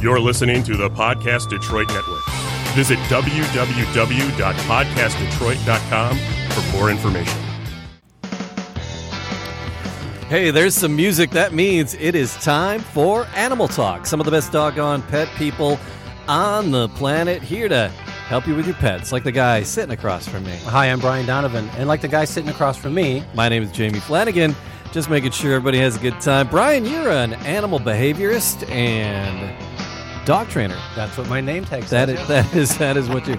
You're listening to the Podcast Detroit Network. Visit www.podcastdetroit.com for more information. Hey, there's some music. That means it is time for Animal Talk. Some of the best doggone pet people on the planet here to help you with your pets, like the guy sitting across from me. Hi, I'm Brian Donovan, and like the guy sitting across from me, My name is Jamie Flanagan. Just making sure everybody has a good time. Brian, you're an animal behaviorist and dog trainer. that's what my name tag says. That is, that is that is what you.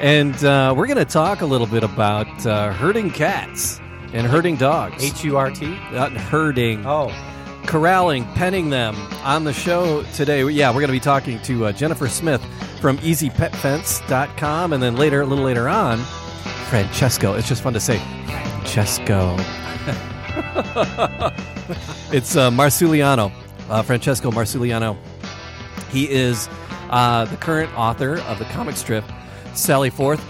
And uh, we're going to talk a little bit about uh, herding cats and herding dogs. H U R T. Not herding, Oh, corralling, penning them on the show today. Yeah, we're going to be talking to uh, Jennifer Smith from EasyPetFence.com, and then later, a little later on, Francesco. It's just fun to say Francesco. it's uh, Marsuliano, uh, Francesco Marsuliano. He is uh, the current author of the comic strip Sally Forth,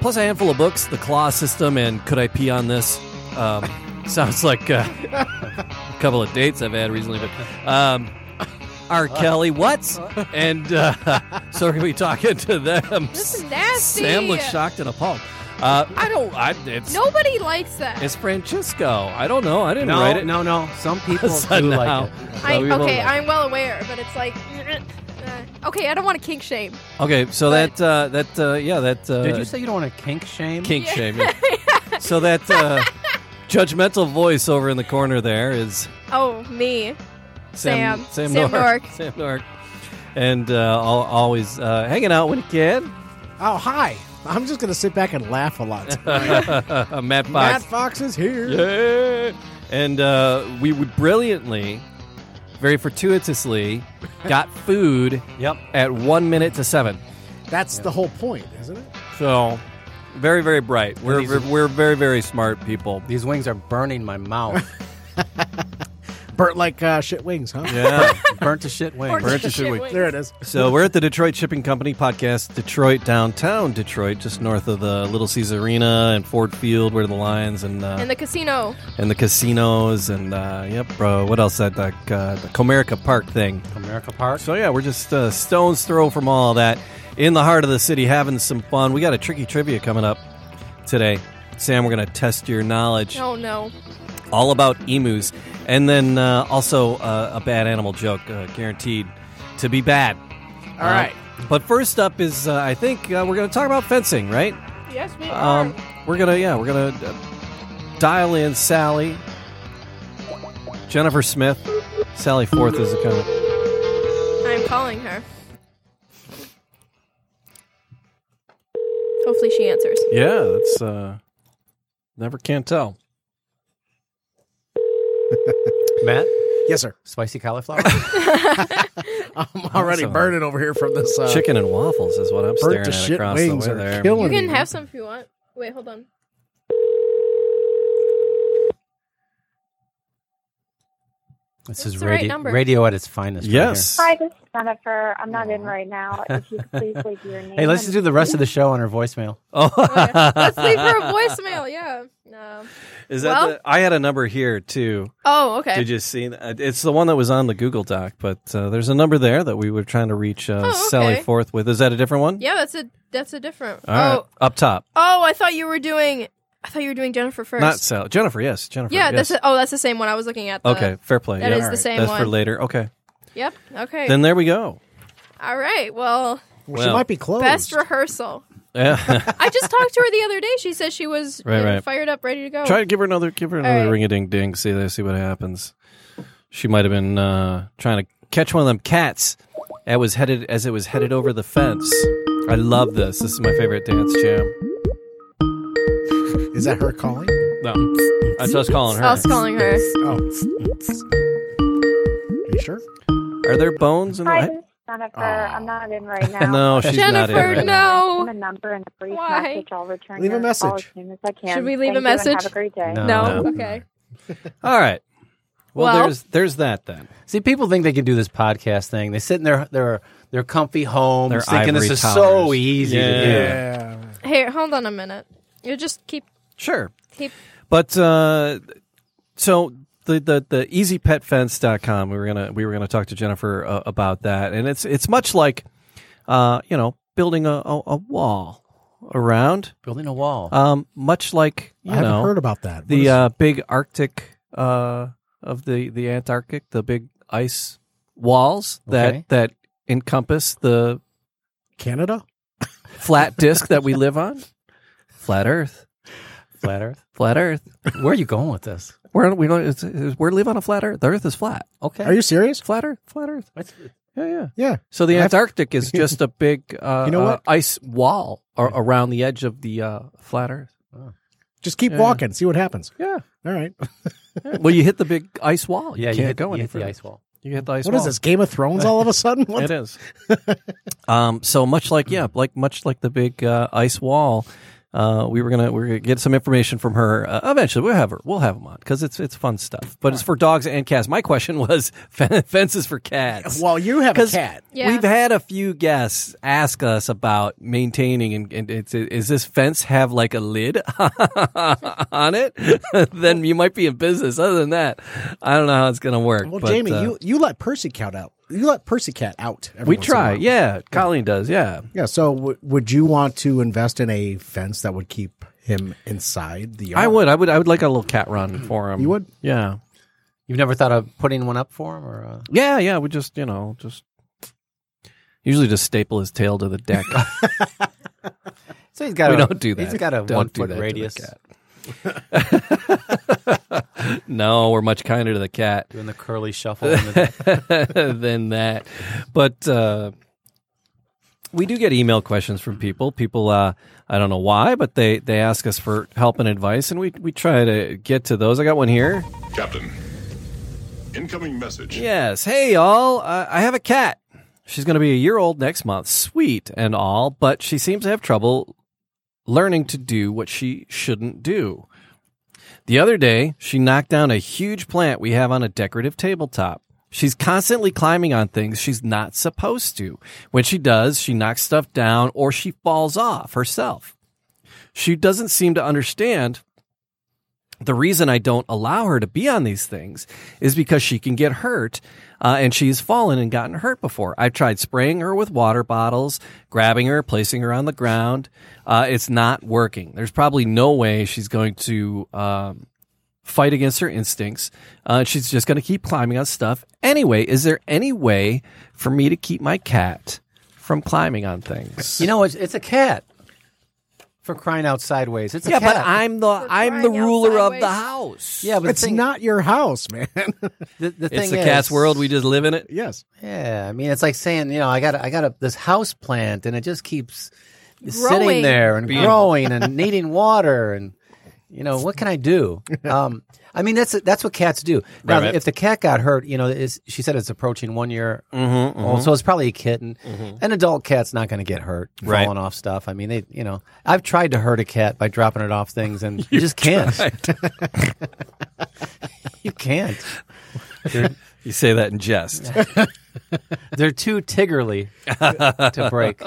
plus a handful of books, The Claw System, and Could I Pee on This? Um, sounds like uh, a couple of dates I've had recently, but. Um, R. Kelly, what? And uh, so we're gonna be talking to them. This is nasty. Sam looks shocked and appalled. Uh, I don't. I, it's Nobody likes that. it's Francisco. I don't know. I didn't no, write it. no, no. Some people So do now- like it. I, so we will- okay, I'm well aware, but it's like, uh, okay, I don't want to kink shame. Okay, so But- that uh, that uh, yeah that uh, Did you say you don't want to kink shame? kink shame? yeah. so that uh, judgmental voice over in the corner there is Oh, me. Uh. Sam Sam. Sam, Sam Nork. Nork. Sam Nork, and uh, al- always uh, hanging out when he can. Oh, hi. I'm just going to sit back and laugh a lot. Matt Fox. Matt Fox is here. Yeah. And uh, we would brilliantly, very fortuitously, got food Yep. at one minute to seven. That's the whole point, isn't it? So, very, very bright. We're, these are- we're, we're very, very smart people. These wings are burning my mouth. Burnt like uh, shit wings, huh? Yeah. Burnt to shit wings. Burnt to shit wings. Uh-huh. There it is. so, we're at the Detroit Shipping Company podcast, Detroit, downtown Detroit, just north of the Little Caesars Arena and Ford Field, where the Lions and, uh, In the casino. and the casinos. And, uh, yep, bro, what else? That, that uh, the Comerica Park thing. America Park. So yeah, we're just uh, stones throw from all that in the heart of the city, having some fun. We got a tricky trivia coming up today, Sam. We're gonna test your knowledge Oh, no. all about emus, and then uh, also uh, a bad animal joke, uh, guaranteed to be bad. All right. right. But first up is uh, I think uh, we're gonna talk about fencing, right? Yes, we Um, we're gonna yeah, we're gonna uh, dial in Sally, Jennifer Smith, Sally Forth is the kind of. I'm calling her. Hopefully she answers. Yeah, that's uh never can tell. Matt, Yes, sir. spicy cauliflower. I'm already Awesome. burning over here from this uh, Chicken and waffles is what I'm staring burnt to at shit across wings the are way there. killing You can me. have some if you want. Wait, hold on. This That's is the right radio, number. radio at its finest. right yes. Hi, this is Jennifer. I'm not in right now. If you could please leave your name. here. Hey, let's just and- do the rest of the show on her voicemail. Oh, Okay. Let's leave her a voicemail. Yeah. No. is that Well- the, I had a number here too. Oh, okay. Did you see that? It's the one that was on the Google Doc, but uh, there's a number there that we were trying to reach uh, Oh, Sally okay. Forth with. Is that a different one? yeah, that's a that's a different. All right. oh, Up top. oh, I thought you were doing. I thought you were doing Jennifer first. Not Sally. Jennifer, yes. Jennifer. yeah, yes. that's it. oh, that's the same one I was looking at. The, Okay, fair play. That yeah. is the same That's for one. later. Okay. Yep. Okay. Then there we go. All right. Well, Well, she Well, might be closed. best rehearsal. Yeah. I just talked to her the other day. She said she was Right, uh, right. fired up, ready to go. Try to give her another give her another right. ring a ding ding. See there, see what happens. She might have been uh, trying to catch one of them cats that was headed as it was headed over the fence. I love this. This is my favorite dance jam. is that her calling? No, that's us calling her. I was calling her. Oh. Are you sure? Are there bones in the? Hi, I- this is Jennifer. I'm not in right now. No, she's not in. Jennifer, right now. Leave no. a number and a brief Why? message. I'll return Leave a your call as message. soon as I can. Should we leave Thank a you and message? Have a great day. No. No. No. Okay. All right. Well, Well- there's there's that then. See, people think they can do this podcast thing. They sit in their their their comfy homes, Their thinking this ivory is towers. so easy Yeah. to do. Yeah. Here, hold on a minute. You just keep Sure, keep. but uh, so the the the easypetfence.com. We were gonna we were gonna talk to Jennifer uh, about that, and it's it's much like, uh, you know, building a, a, a wall around, Building a wall. um, much like you I haven't know heard about that. What the is- uh, big Arctic uh, of the the Antarctic, the big ice walls that Okay. that encompass the Canada? flat disc that we live on, flat Earth, Flat Earth. flat Earth. Where are you going with this? We're on- we don't, it's, it's, we live on a flat Earth. The Earth is flat. Okay. Are you serious? Flat Earth, flat Earth. What's- Yeah, yeah. Yeah. So the I've- Antarctic is just a big, uh, You know what? uh, ice wall ar- around the edge of the uh, flat Earth. Just keep Yeah. walking. See what happens. Yeah. All right. What Well, you hit the big ice wall. You Yeah, can't you hit, go you any hit the further. ice wall. You hit the ice is wall. this? Game of Thrones all of a sudden? What? It is. um, so much like yeah, like much like the big uh, ice wall, uh, we were gonna we are gonna get some information from her uh, eventually. We'll have her. We'll have them on because it's it's fun stuff. But it's for dogs and cats. My question was fen- fences for cats. Well, you have a 'Cause cat. Yeah. We've had a few guests ask us about maintaining, and, and it's, is this fence have like a lid on it? then you might be in business. Other than that, I don't know how it's going to work. Well, but, Jamie, uh, you, you let Percy cat out. You let Percy cat out. every we once in a try. while. Yeah, Colleen does. Yeah, Yeah. So, w- would you want to invest in a fence that would keep him inside the yard? I would. I would. I would like a little cat run for him. You would? Yeah. You've never thought of putting one up for him, or uh, Yeah. Yeah. We just, you know, just usually just staple his tail to the deck. so he's got. We a, don't do He's that. got a Don't do one foot that to the radius. cat. no, we're much kinder to the cat Doing the curly shuffle. in the, than that. But uh, we do get email questions from people. People, uh, I don't know why, but they they ask us for help and advice, and we we try to get to those. I got one here. Captain, incoming message. Yes. Hey, y'all. Uh, I have a cat. She's going to be a year old next month. Sweet and all, but she seems to have trouble learning to do what she shouldn't do. The other day, she knocked down a huge plant we have on a decorative tabletop. She's constantly climbing on things she's not supposed to. When she does, she knocks stuff down or she falls off herself. She doesn't seem to understand the reason I don't allow her to be on these things is because she can get hurt, uh, and she's fallen and gotten hurt before. I've tried spraying her with water bottles, grabbing her, placing her on the ground. Uh, it's not working. There's probably no way she's going to um, fight against her instincts. Uh, she's just going to keep climbing on stuff anyway. Is there any way for me to keep my cat from climbing on things? you know, it's, it's a cat. For crying out sideways, it's a yeah, cat. but I'm the I'm the crying out ruler of the sideways. house. yeah, but It's the thing, not your house, man. The, the thing It's the is, cat's world. We just live in it. yes. Yeah, I mean, it's like saying, you know, I got I got a, this house plant, and it just keeps sitting Growing. there and growing and needing water, and you know, what can I do? Um, I mean, that's that's what cats do. Now, right. if the cat got hurt, you know, it's, she said it's approaching one year Mm-hmm, old, so it's probably a kitten. An adult cat's not going to get hurt Right. falling off stuff. I mean, they, you know, I've tried to hurt a cat by dropping it off things, and you, just can't. you can't. You say that in jest. They're too tiggerly to break.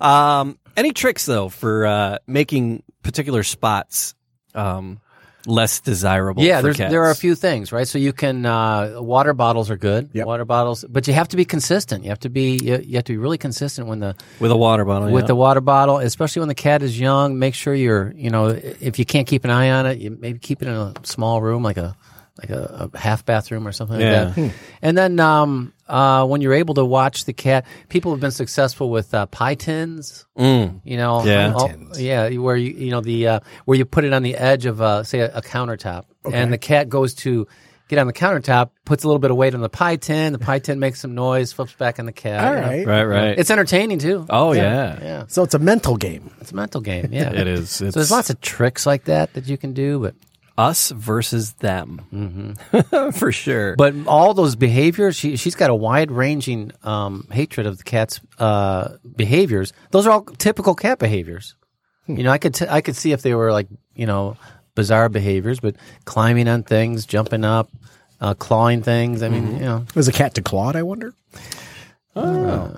um, any tricks though for uh, making particular spots um, less desirable? Yeah, for there's, cats? there are a few things, right? So you can uh, water bottles are good. Yep. Water bottles, but you have to be consistent. You have to be you, you have to be really consistent when the with a water bottle. with yeah. the water bottle, especially when the cat is young. Make sure you're you know if you can't keep an eye on it, you maybe keep it in a small room like a like a, a half bathroom or something Yeah. like that. And then um, uh, when you're able to watch the cat, people have been successful with uh, pie tins Mm. you know Yeah. all- Tins. yeah where you you know the uh, where you put it on the edge of uh, say a, a countertop and the cat goes to get on the countertop puts a little bit of weight on the pie tin the pie tin makes some noise flips back on the cat All you know. right. right, right. it's entertaining too oh yeah, yeah So it's a mental game. it's a mental game yeah it is. It's so there's lots of tricks like that that you can do but us versus them for sure. Mm-hmm. but all those behaviors she, she's got a wide ranging um, hatred of the cat's uh, behaviors those are all typical cat behaviors you know i could t- i could see if they were like you know bizarre behaviors but climbing on things jumping up uh, clawing things i mean you know Was a cat declawed, I wonder? Oh.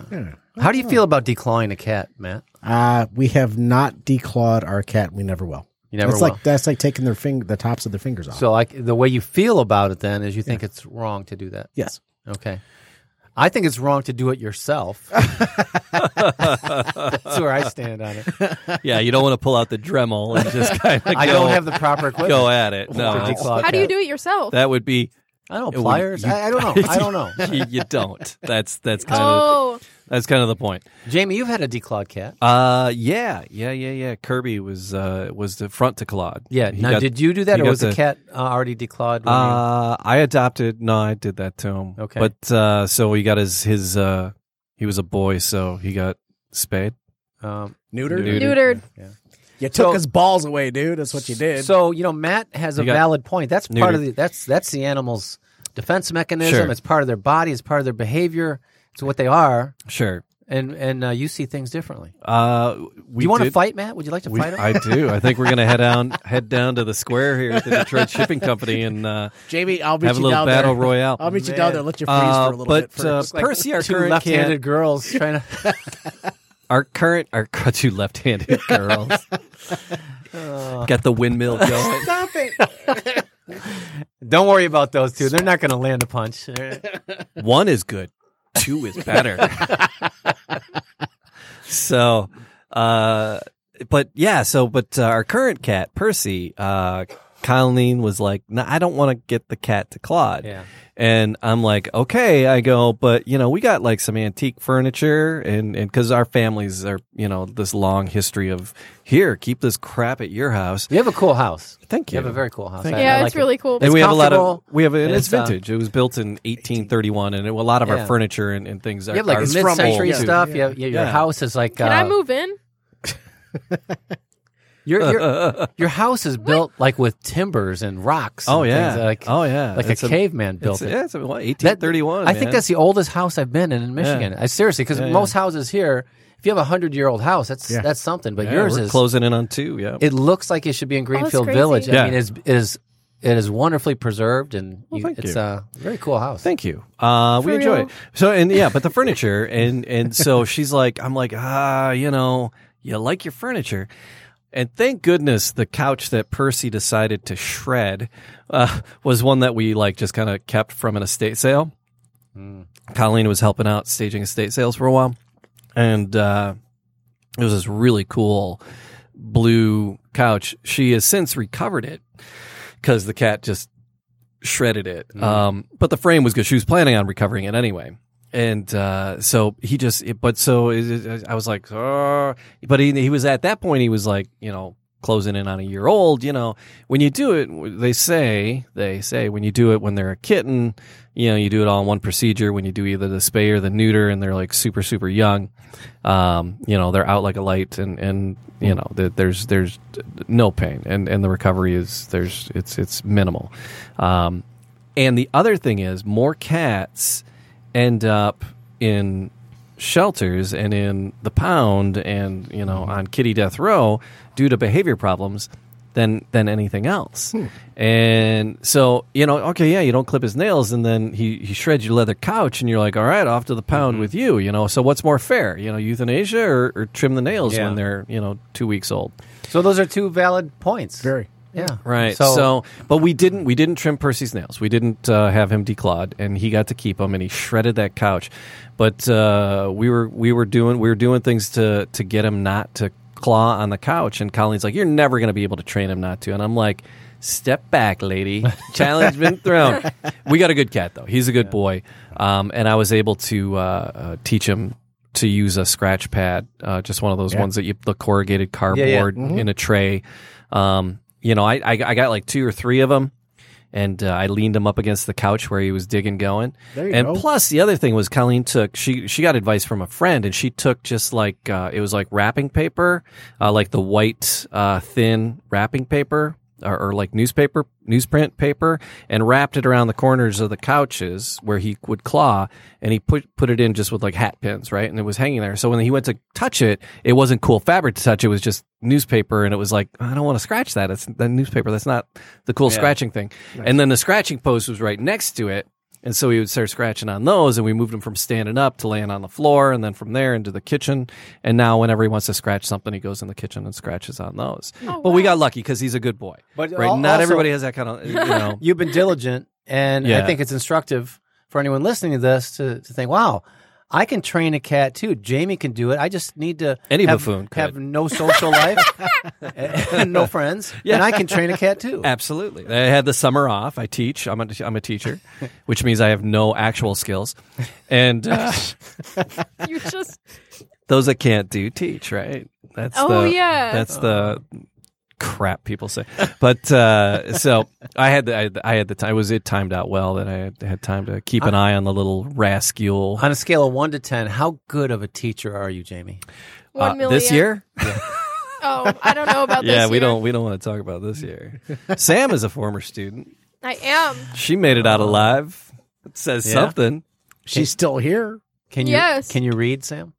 how do you feel about declawing a cat matt Uh, we have not declawed our cat. We never will. You never that's will. like that's like taking their finger, the tops of their fingers off. so like the way you feel about it then is you think it's wrong to do that. yes, Okay. I think it's wrong to do it yourself. That's where I stand on it. yeah, you don't want to pull out the Dremel and just kind of I don't have the proper equipment. go at it. for No, declaw How do you cat. do it yourself? that would be I don't It know, would- pliers. you- I, I don't know. I don't know. you, you don't. That's that's kind of oh, that's kind of the point. Jamie, you've had a declawed cat. Uh, yeah, yeah, yeah, yeah. Kirby was uh was the front to Claude. Yeah. He Now, got- did you do that, he or got was the the- cat uh, already declawed? when you- Uh, I adopted. No, I did that to him. Okay. but uh, so he got his his uh, he was a boy, so he got spayed. um, neutered. Neutered. neutered. You took So- his balls away, dude. That's what you did. So you know, Matt has a You got valid point. That's part of neutered. the that's that's the animal's defense mechanism. Sure. It's part of their body. It's part of their behavior. It's what they are. Sure. And and uh, you see things differently. Uh, we do you want to did- fight, Matt? Would you like to We, fight him? I do. I think we're gonna head down head down to the square here at the Detroit Shipping Company and uh, Jamie, I'll meet have a you little down battle there. royale. I'll meet you Man. down there. Let you freeze Uh, for a little but, bit first. uh, Percy, our Two current left-handed cat- girls trying to. our current our two left-handed girls Uh. got the windmill going. Stop it. Don't worry about those two. They're not going to land a punch. They're- One is good, two is better. so, uh, but yeah, so but uh, our current cat Percy, uh, Colleen was like, "No, I don't want to get the cat to Claude." Yeah. And I'm like, okay, I go, but you know, we got like some antique furniture and, and cause our families are, you know, this long history of here, keep this crap at your house. You have a cool house. Thank You you. have a very cool house. Thank I- you. I Yeah, like it's it. really cool. And we have a lot of comfortable, we have and and it's it's, uh, vintage. it was built in 1831, and it, a lot of our Yeah. furniture and, and things are. You have like are from mid-century old, too. stuff. You have, you- your Yeah. house is like. Can uh, I move in? Your your, your house is built like with timbers and rocks. and Oh yeah, things, like oh yeah, like a It's caveman built it's- it. Yeah, it's a, what, That- 1831. I think man. that's the oldest house I've been in in Michigan. I seriously because Yeah, yeah. most houses here, if you have a hundred year old house, that's Yeah. that's something. But Yeah, yours we're is closing in on two. Yeah, It looks like it should be in Oh, that's Greenfield crazy. Village. Yeah. I mean, it's, it is it is wonderfully preserved and you, thank it's you. a very cool house. Thank you. Uh, we For enjoy real. it. So and yeah, but the furniture and and so she's like, I'm like, ah, you know, you like your furniture, and thank goodness the couch that Percy decided to shred uh, was one that we like just kind of kept from an estate sale. Colleen was helping out staging estate sales for a while, and uh, it was this really cool blue couch. She has since recovered it because the cat just shredded it. Um, but the frame was good. She was planning on recovering it anyway. And uh, so he just, it, but so it, it- I was like, "Oh." but he, he was at that point, he was like, you know, closing in on a year old. You know, when you do it, they say, they say, when you do it when they're a kitten, you know, you do it all in one procedure. When you do either the spay or the neuter and they're like super, super young, um, you know, they're out like a light and, and you know, there- there's, there's no pain and, and the recovery is, there's, it's, it's minimal. Um, and the other thing is, more cats end up in shelters and in the pound and you know on kitty death row due to behavior problems than than anything else. And so you know, okay, yeah, you don't clip his nails, and then he he shreds your leather couch, and you're like, all right, off to the pound with you. You know, so what's more fair? You know, euthanasia or, or trim the nails Yeah. when they're you know two weeks old. So those are two valid points. Very. yeah. Right. So, but we didn't we didn't trim Percy's nails. We didn't uh, have him declawed, and he got to keep them, and he shredded that couch. But uh, we were we were doing we were doing things to to get him not to claw on the couch. And Colleen's like, "You're never going to be able to train him not to." And I'm like, "Step back, lady. Challenge been thrown." we got a good cat though. He's a good boy, um, and I was able to uh, uh, teach him. To use a scratch pad, uh, just one of those ones that you the corrugated cardboard yeah. Mm-hmm. in a tray, um, you know, I, I I got like two or three of them, and uh, I leaned him up against the couch where he was digging going. There you and go. plus, the other thing was Colleen took she she got advice from a friend, and she took just like uh, it was like wrapping paper, uh, like the white uh, thin wrapping paper. Or, or like newspaper, newsprint paper, and wrapped it around the corners of the couches where he would claw, and he put put it in just with like hat pins, right? And it was hanging there. So when he went to touch it, it wasn't cool fabric to touch. It was just newspaper, and it was like I don't want to scratch that. It's the newspaper. That's not the cool scratching thing. And then the scratching post was right next to it. And so we would start scratching on those, and we moved him from standing up to laying on the floor, and then from there into the kitchen. And now, whenever he wants to scratch something, he goes in the kitchen and scratches on those. but we got lucky because he's a good boy. But right, al- not also- everybody has that kind of you know. You've been diligent, and Yeah. I think it's instructive for anyone listening to this to, to think, wow, I can train a cat too. Jamie can do it. I just need to Any have, buffoon could. have no social life and no friends, and I can train a cat too. Absolutely. I had the summer off. I teach. I'm a, I'm a teacher, which means I have no actual skills. And uh, You just those that can't do teach, right? That's Oh, the, yeah. Oh. That's the crap people say. But uh, so I had the I, I had the time. Was it timed out well that I had, had time to keep Uh-huh. an eye on the little rascal? On a scale of one to ten, how good of a teacher are you, Jamie? Uh, one million this year? Oh, I don't know about this. Yeah, we year. don't we don't want to talk about this year. Sam is a former student. I am. She made it Uh-huh. out alive. It says Yeah. something. She's still here. Can you Yes. can you read, Sam?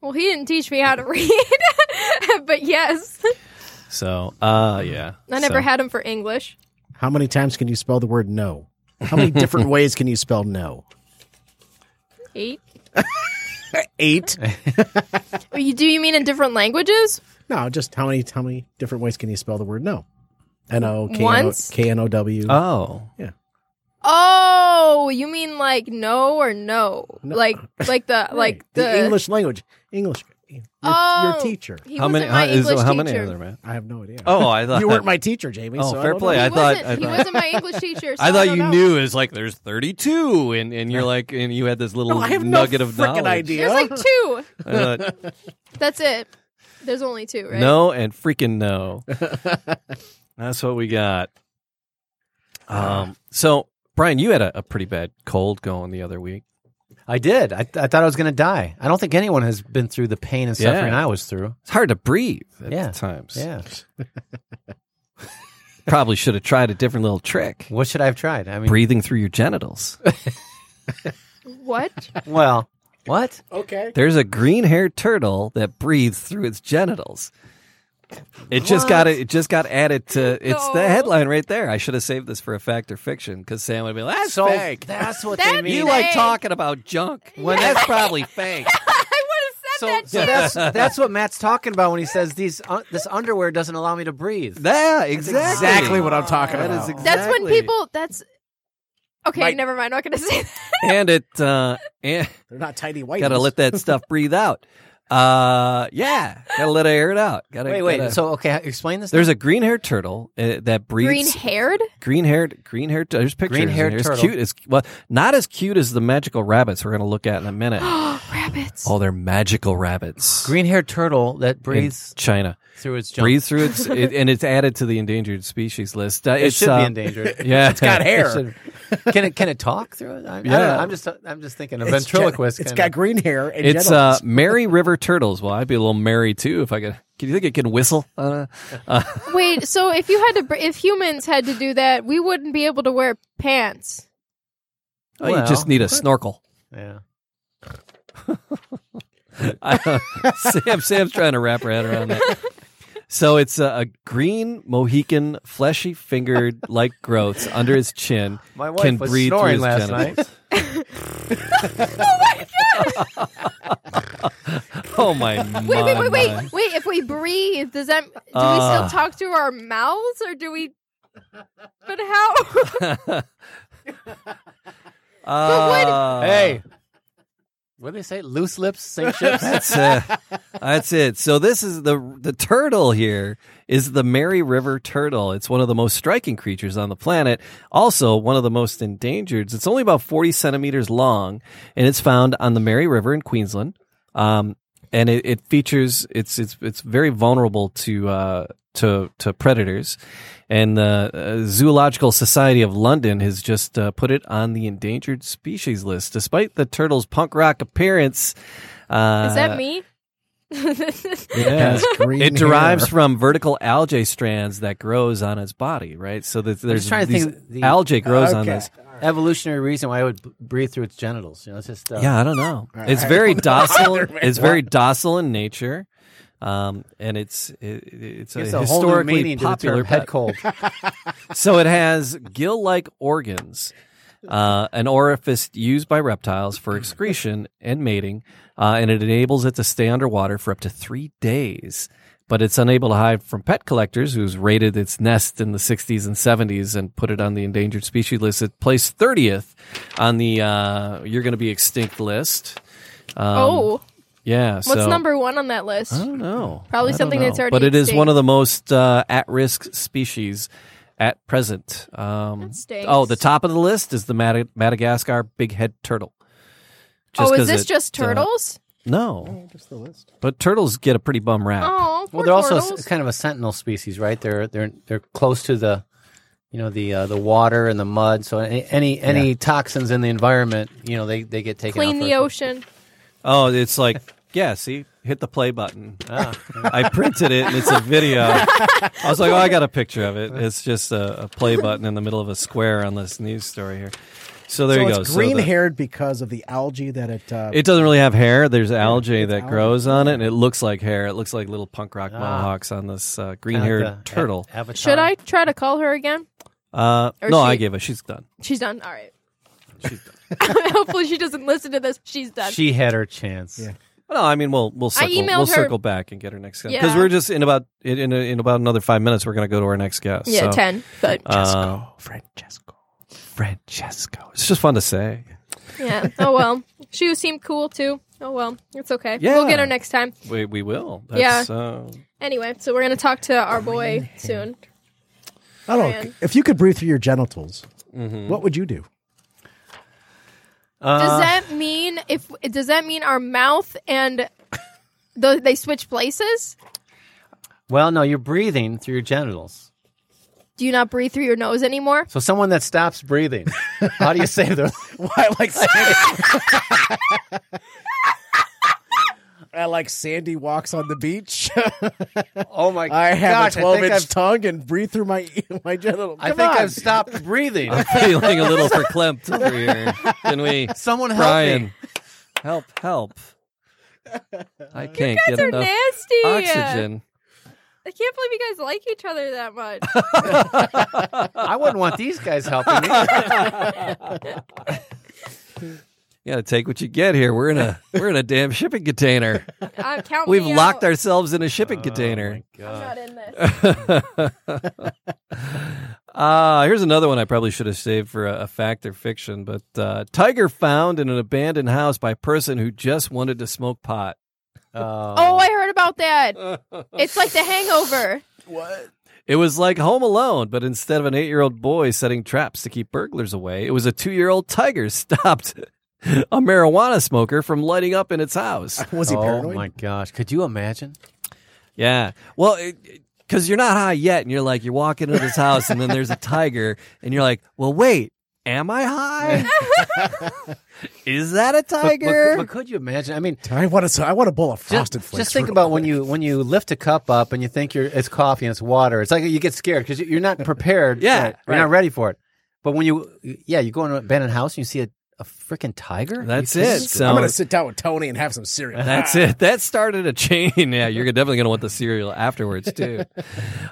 Well, he didn't teach me how to read, but yes, So, uh, yeah. I never So- had him for English. How many times can you spell the word no? How many different ways can you spell no? Eight. Eight. Oh, You do you mean in different languages? No, just how many how many different ways can you spell the word no? N O K N O Once? K N O W. Oh, Oh, you mean like no or no, No. like like the like the, the, English language. English. Your, Oh. your teacher. He how many? wasn't my How, is, English how teacher. many are there, man? I have no idea. Oh, I thought you weren't my teacher, Jamie. Oh, so I fair don't play. know. He I thought- wasn't, I he thought- wasn't my English teacher. So I thought don't you know. knew. Is like there's 32, and and you're like, and you had this little No, I have no nugget of frickin' knowledge. idea. There's like two. I thought, That's it. There's only two, right? No and freaking no. That's what we got. Ah. Um. So, Brian, you had a, a pretty bad cold going the other week. I did. I, I thought I was going to die. I don't think anyone has been through the pain and Yeah. suffering I was through. It's hard to breathe at Yeah. times. Yeah. Probably should have tried a different little trick. What should I have tried? I mean, Breathing through your genitals. What? well, what? Okay. There's a green haired turtle that breathes through its genitals. It just got it. just got added to. It's the No. headline right there. I should have saved this for a fact or fiction because Sam would be like, "That's so fake." that's what That they mean. you mean like fake. talking about junk when that's probably fake. I would so, have said so that. that's that's what Matt's talking about when he says these uh, this underwear doesn't allow me to breathe. Yeah, exactly. Exactly what I'm talking That about. is too. exactly. That's when people. That's okay. Like- never mind. I'm not gonna say that. and it uh, and They're not tidy white. gotta let that stuff breathe out. Uh, yeah, gotta let it air it out. Gotta, Wait, wait. gotta- So okay, explain this. there's a green haired turtle uh, that breathes Green haired. Green haired, green haired. There's pictures. in Green-haired here. It's turtle. cute. It's well, not as cute as the magical rabbits we're going to look at in a minute. Rabbits. oh, they're magical rabbits. green-haired turtle that in breathes China. through its junk. Breathes through its, it, and it's added to the endangered species list. Uh, It it's, should uh, be endangered. Yeah, It's got hair. It should- can it can it talk through it? I, I don't Yeah. know. I'm just I'm just thinking a ventriloquist. It's kinda- got green hair. And It's uh, genitals. Mary River turtles. Well, I'd be a little merry too if I could. Can you think it can whistle? Uh, Wait. So if you had to, br- if humans had to do that, we wouldn't be able to wear pants. oh, you Well, just need a snorkel. yeah. I don't- Sam, Sam's trying to wrap her head around that. So it's a, a green Mohican, fleshy fingered like growths under his chin. My wife can was breathe through snoring his last genitals. night. Oh my! Wait, wait, wait, wait, my. wait. If we breathe, does that? Do Uh. we still talk through our mouths, or do we? But how? Uh, hey, what do they say? Loose lips sink ships. That's uh, that's it. So this is the the turtle here is the Mary River turtle. It's one of the most striking creatures on the planet. Also one of the most endangered. It's only about forty centimeters long, and it's found on the Mary River in Queensland. Um, and it, it features it's it's it's very vulnerable to uh, to to predators. And the uh, Zoological Society of London has just uh, put it on the endangered species list. Despite the turtle's punk rock appearance, uh, Is that me? yeah. Has green It derives hair. from vertical algae strands that grows on its body, right? So there's, there's trying to these think the- algae grows on Okay. this. Evolutionary reason why it would b- breathe through its genitals. You know, it's just uh, Yeah, I don't know. I- It's I very don't know docile. either, man. It's very docile in nature, um, and it's it, it's a, It's a whole new historically meaning to the popular term head pet. cold. So it has gill-like organs uh, an orifice used by reptiles for excretion and mating, uh, and it enables it to stay underwater for up to three days. But it's unable to hide from pet collectors, who's raided its nest in the 60s and 70s and put it on the endangered species list. It placed 30th on the uh, "You're Going to Be Extinct" list. Um, oh, yeah. what's so, number one on that list? I don't know. Probably I don't something know. that's already But it is extinct. one of the most uh, at-risk species at present. Um, That stinks. oh, the top of the list is the Mad- Madagascar bighead turtle. Just oh, is 'cause this it, just uh, turtles? Oh, no, but turtles get a pretty bum rap. oh, Well, poor they're also turtles. s- kind of a sentinel species, right? They're they're they're close to the, you know, the uh, the water and the mud. So any any, any toxins in the environment, you know, they, they get taken. Clean out the first. ocean. Oh, it's like yeah. See, hit the play button. Ah. I printed it, and it's a video. I was like, oh, I got a picture of it. It's just a, a play button in the middle of a square on this news story here. So there so you go. It's So the- green haired because of the algae that it. Uh, It doesn't really have hair. There's algae that algae. grows on it, and it looks like hair. It looks like little punk rock mohawks on this uh, Kinda like green-haired the a- turtle. avatar. Should I try to call her again? Uh, or no, she- I gave it. She's done. She's done. All right. Hopefully she doesn't listen to this. She's done. She had her chance. Yeah. No, I mean we'll we'll circle, emailed we'll her- circle back and get her next guest because Yeah. we're just in about in in, in about another five minutes we're going to go to our next guest. yeah, so, ten. But uh, Francesco. Francesco. It's just fun to say. yeah. Oh well. She seemed cool too. Oh well. It's okay. Yeah. We'll get her next time. We we will. Yeah. That's, Uh, Anyway, so we're gonna talk to our boy soon. I don't know. Man. If you could breathe through your genitals, Mm-hmm. what would you do? Uh, Does that mean if does that mean our mouth and the, they switch places? Well, no, you're breathing through your genitals. Do you not breathe through your nose anymore? So someone that stops breathing, how do you save their? I like Sandy. I like Sandy walks on the beach. Oh my I have gosh, a 12 I think inch I've, tongue and breathe through my my genitals. I Come think on. I've stopped breathing. I'm feeling a little verklempt over here. Can we? Someone help Brian, me. help, help. I can't get They're enough nasty. oxygen. I can't believe you guys like each other that much. I wouldn't want these guys helping me. You gotta take what you get here. We're in a we're in a damn shipping container. I'm counting. We've locked ourselves in a shipping container. I'm not in this. Uh, here's another one I probably should have saved for a, a fact or fiction, but uh, tiger found in an abandoned house by person who just wanted to smoke pot. Oh, I heard about that. It's like the Hangover. It was like Home Alone, but instead of an eight year old boy setting traps to keep burglars away, it was a two year old tiger stopped a marijuana smoker from lighting up in its house. Was he oh paranoid? my gosh! Could you imagine? Yeah. Well, because you're not high yet, and you're like, you're walking into this house, and then there's a tiger, and you're like, well, wait, am I high? Is that a But, tiger? but could you imagine? I mean, I want to. I want a bowl of just, frosted flakes. just think real about when quick. you when you lift a cup up and you think you're it's coffee and it's water. It's like you get scared because you're not prepared. Yeah, for it. you're right. not ready for it. But when you yeah, you go into an abandoned house and you see a, a freaking tiger. That's You it. think- So I'm going to sit down with Tony and have some cereal. That's it. That started a chain. Yeah, you're definitely going to want the cereal afterwards, too.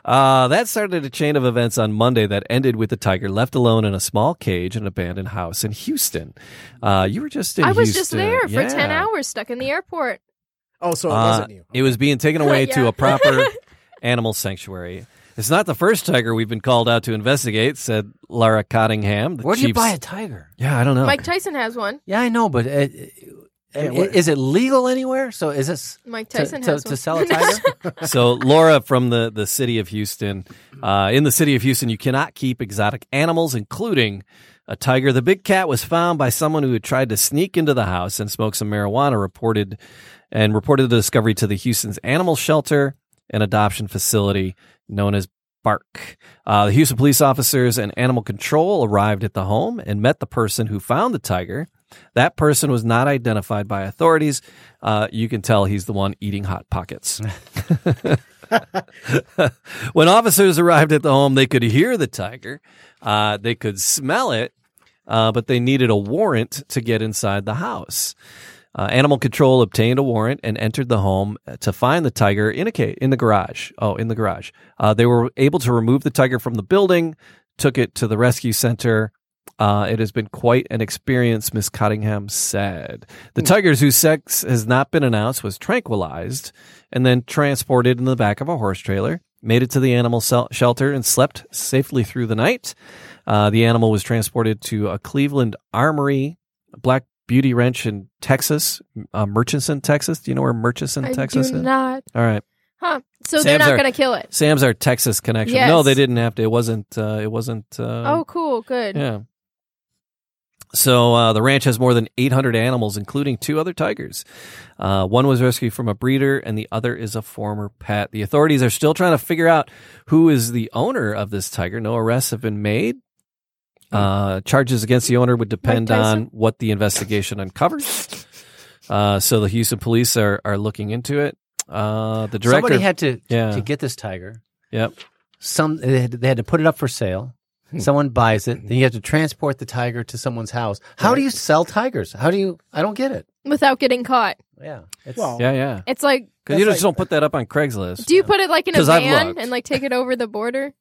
Uh, that started a chain of events on Monday that ended with the tiger left alone in a small cage in an abandoned house in Houston. Uh, you were just in I was just Houston. there for Yeah. 10 hours stuck in the airport. Oh, so it Uh, wasn't you. It was being taken away to Yeah. a proper animal sanctuary. It's not the first tiger we've been called out to investigate, said Lara Cottingham. The Where do you chief's- buy a tiger? Yeah, I don't know. Mike Tyson has one. Yeah, I know, but it, it, I mean, what- is it legal anywhere? So is this Mike to- Tyson to, has to, one. sell a tiger? so Laura from the, the city of Houston, uh, in the city of Houston, you cannot keep exotic animals, including a tiger. The big cat was found by someone who had tried to sneak into the house and smoke some marijuana. Reported and reported the discovery to the Houston's animal shelter and adoption facility known as Bark. Uh, the Houston police officers and animal control arrived at the home and met the person who found the tiger. That person was not identified by authorities. Uh, you can tell he's the one eating hot pockets. when officers arrived at the home, they could hear the tiger, uh, they could smell it, uh, but they needed a warrant to get inside the house. Uh, animal control obtained a warrant and entered the home to find the tiger in a ca- in the garage. Oh, in the garage, uh, they were able to remove the tiger from the building, took it to the rescue center, Uh, it has been quite an experience, Miss Cottingham said. The Hmm. tigers, whose sex has not been announced, was tranquilized and then transported in the back of a horse trailer, made it to the animal sel- shelter, and slept safely through the night. Uh, the animal was transported to a Cleveland armory, Black Beauty Ranch in Texas, uh, Murchison, Texas. Do you know where Murchison, I Texas do is? not. All right. Huh. So Sam's they're not our- going to kill it. Sam's our Texas connection. Yes. No, they didn't have to. It wasn't. Uh, it wasn't. Uh, oh, cool. Good. yeah. So uh, the ranch has more than 800 animals, including two other tigers. Uh, one was rescued from a breeder, and the other is a former pet. The authorities are still trying to figure out who is the owner of this tiger. No arrests have been made. Uh, charges against the owner would depend Hmm. Mike on Tyson? what the investigation uncovers. Uh, so the Houston police are are looking into it. Uh, the director, Somebody had to Yeah. to get this tiger. yep, Some they had, they had to put it up for sale. Someone buys it, then you have to transport the tiger to someone's house. How do you sell tigers? How do you? I don't get it. Without getting caught. Yeah, it's, Well, yeah, yeah. It's like, Because you just don't put that up on Craigslist. do you put it like in a 'Cause I've van looked. and like take it over the border?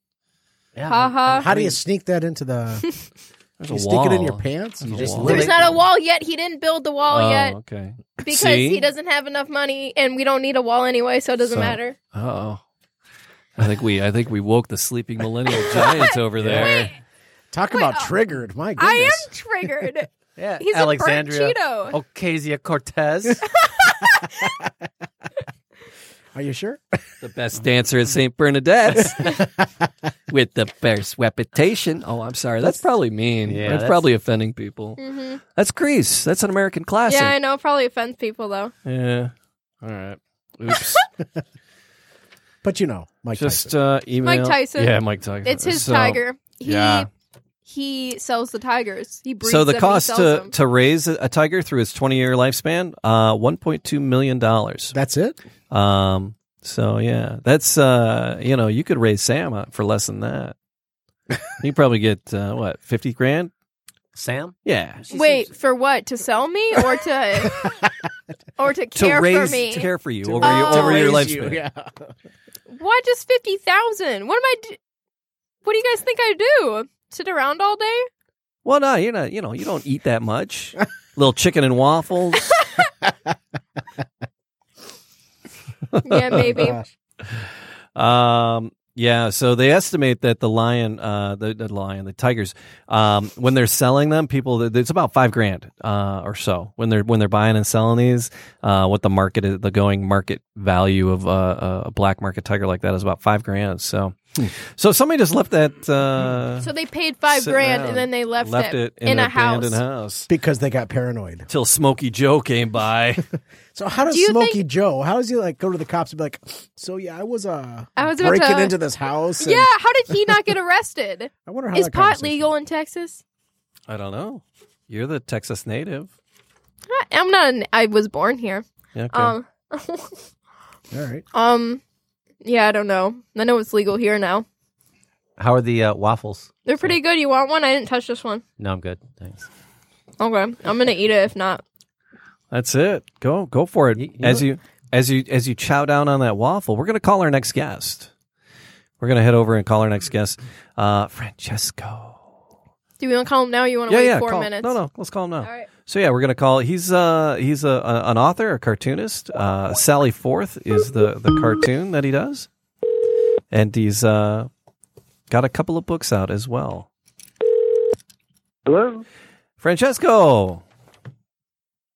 yeah. Ha ha. How do you sneak that into the? There's you a stick wall. it in your pants. You There's a just wall. live There's it. not a wall yet. He didn't build the wall oh, yet Okay. because See? he doesn't have enough money and we don't need a wall anyway, so it doesn't So- matter. Oh, I think we I think we woke the sleeping millennial giants over there. Talk about triggered. My goodness. oh, I am triggered. Yeah, He's Alexandria a burnt Cheeto. Ocasio Cortez. Are you sure? The best dancer at St. Bernadette's with the best reputation. Oh, I'm sorry. That's probably mean. Yeah, that's, that's- probably offending people. hmm That's Greece. That's an American classic. Yeah, I know. Probably offends people though. Yeah. All right. Oops. But you know, Mike Just Tyson. uh, email. Mike Tyson. Yeah, Mike Tyson. It's his So- tiger. He yeah. he sells the tigers. He breeds so the them, cost he sells to, them. to raise a tiger through its 20 year lifespan uh, 1.2 million dollars That's it. um, so yeah that's uh, you know you could raise sam up for less than that you probably get uh, what 50 grand Sam, yeah Wait for what? To sell me or to or to to care raise for me? to care for you To over your raise- over to your raise lifespan you, yeah. Why just fifty thousand? What am I? Do- what do you guys think I do? Sit around all day? well no you're not you know you don't eat that much little chicken and waffles Yeah, maybe. Gosh. Um, yeah, so they estimate that the lion, uh, the, the lion, the tigers, um, when they're selling them, people, it's about five grand uh, or so when they're when they're buying and selling these. Uh, what the market is, the going market value of uh, a black market tiger like that is about five grand. So, so somebody just left that uh, so they paid five Sit grand around. and then they left, left it, in, a an house. abandoned house because they got paranoid. till Smokey Joe came by. So how does Do you Smokey think- Joe? How does he like go to the cops and be like, "So yeah, I was uh I was about breaking to- into this house." and Yeah, how did he not get arrested? I wonder how Is that pot conversation- legal in Texas? I don't know. You're the Texas native. I- I'm not. An, I was born here. Okay. Um, All right. um, yeah, I don't know. I know it's legal here now. how are the uh, waffles? They're pretty good. You want one? I didn't touch this one. No, I'm good. Thanks. Okay, I'm gonna eat it if not. That's it. Go go for it. as you as you as you chow down on that waffle, we're gonna call our next guest. We're gonna head over and call our next guest, uh, Francesco. Do you want to call him now? Or you want to Yeah, wait yeah. four call- minutes? No, no. Let's call him now. All right. So yeah, we're gonna call. He's uh he's a, a an author, a cartoonist. Uh, Sally Forth is the the cartoon that he does, and he's uh got a couple of books out as well. Hello. Francesco.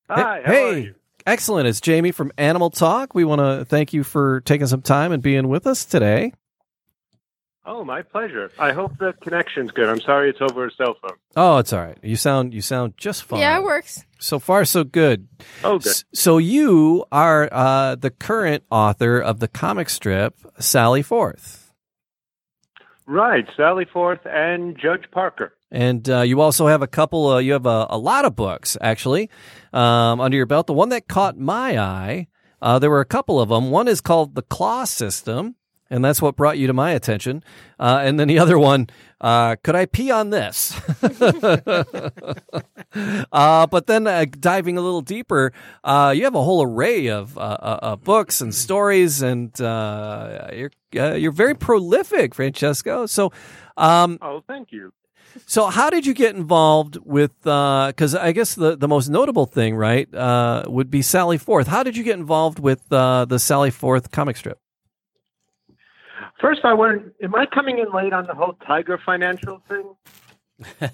Hi. how hey, are you? excellent. It's Jamie from Animal Talk. We want to thank you for taking some time and being with us today. Oh, my pleasure. I hope the connection's good. I'm sorry it's over a cell phone. Oh, it's all right. You sound you sound just fine. Yeah, it works. So far, so good. Oh, good. S- So you are uh, the current author of the comic strip Sally Forth, Right. Sally Forth and Judge Parker. and uh, you also have a couple. Uh, you have a, a lot of books actually um, under your belt. The one that caught my eye. Uh, there were a couple of them. One is called the Claw System, and that's what brought you to my attention. Uh, and then the other one, uh, could I pee on this? uh, but then uh, diving a little deeper, uh, you have a whole array of uh, uh, uh, books and stories, and uh, you're uh, you're very prolific, Francesco. So. Um, Oh, thank you. So, how did you get involved with? Because I guess the, the most notable thing, right, uh, would be Sally Forth. How did you get involved with uh, the Sally Forth comic strip? First, I wonder, am I coming in late on the whole Tiger financial thing? I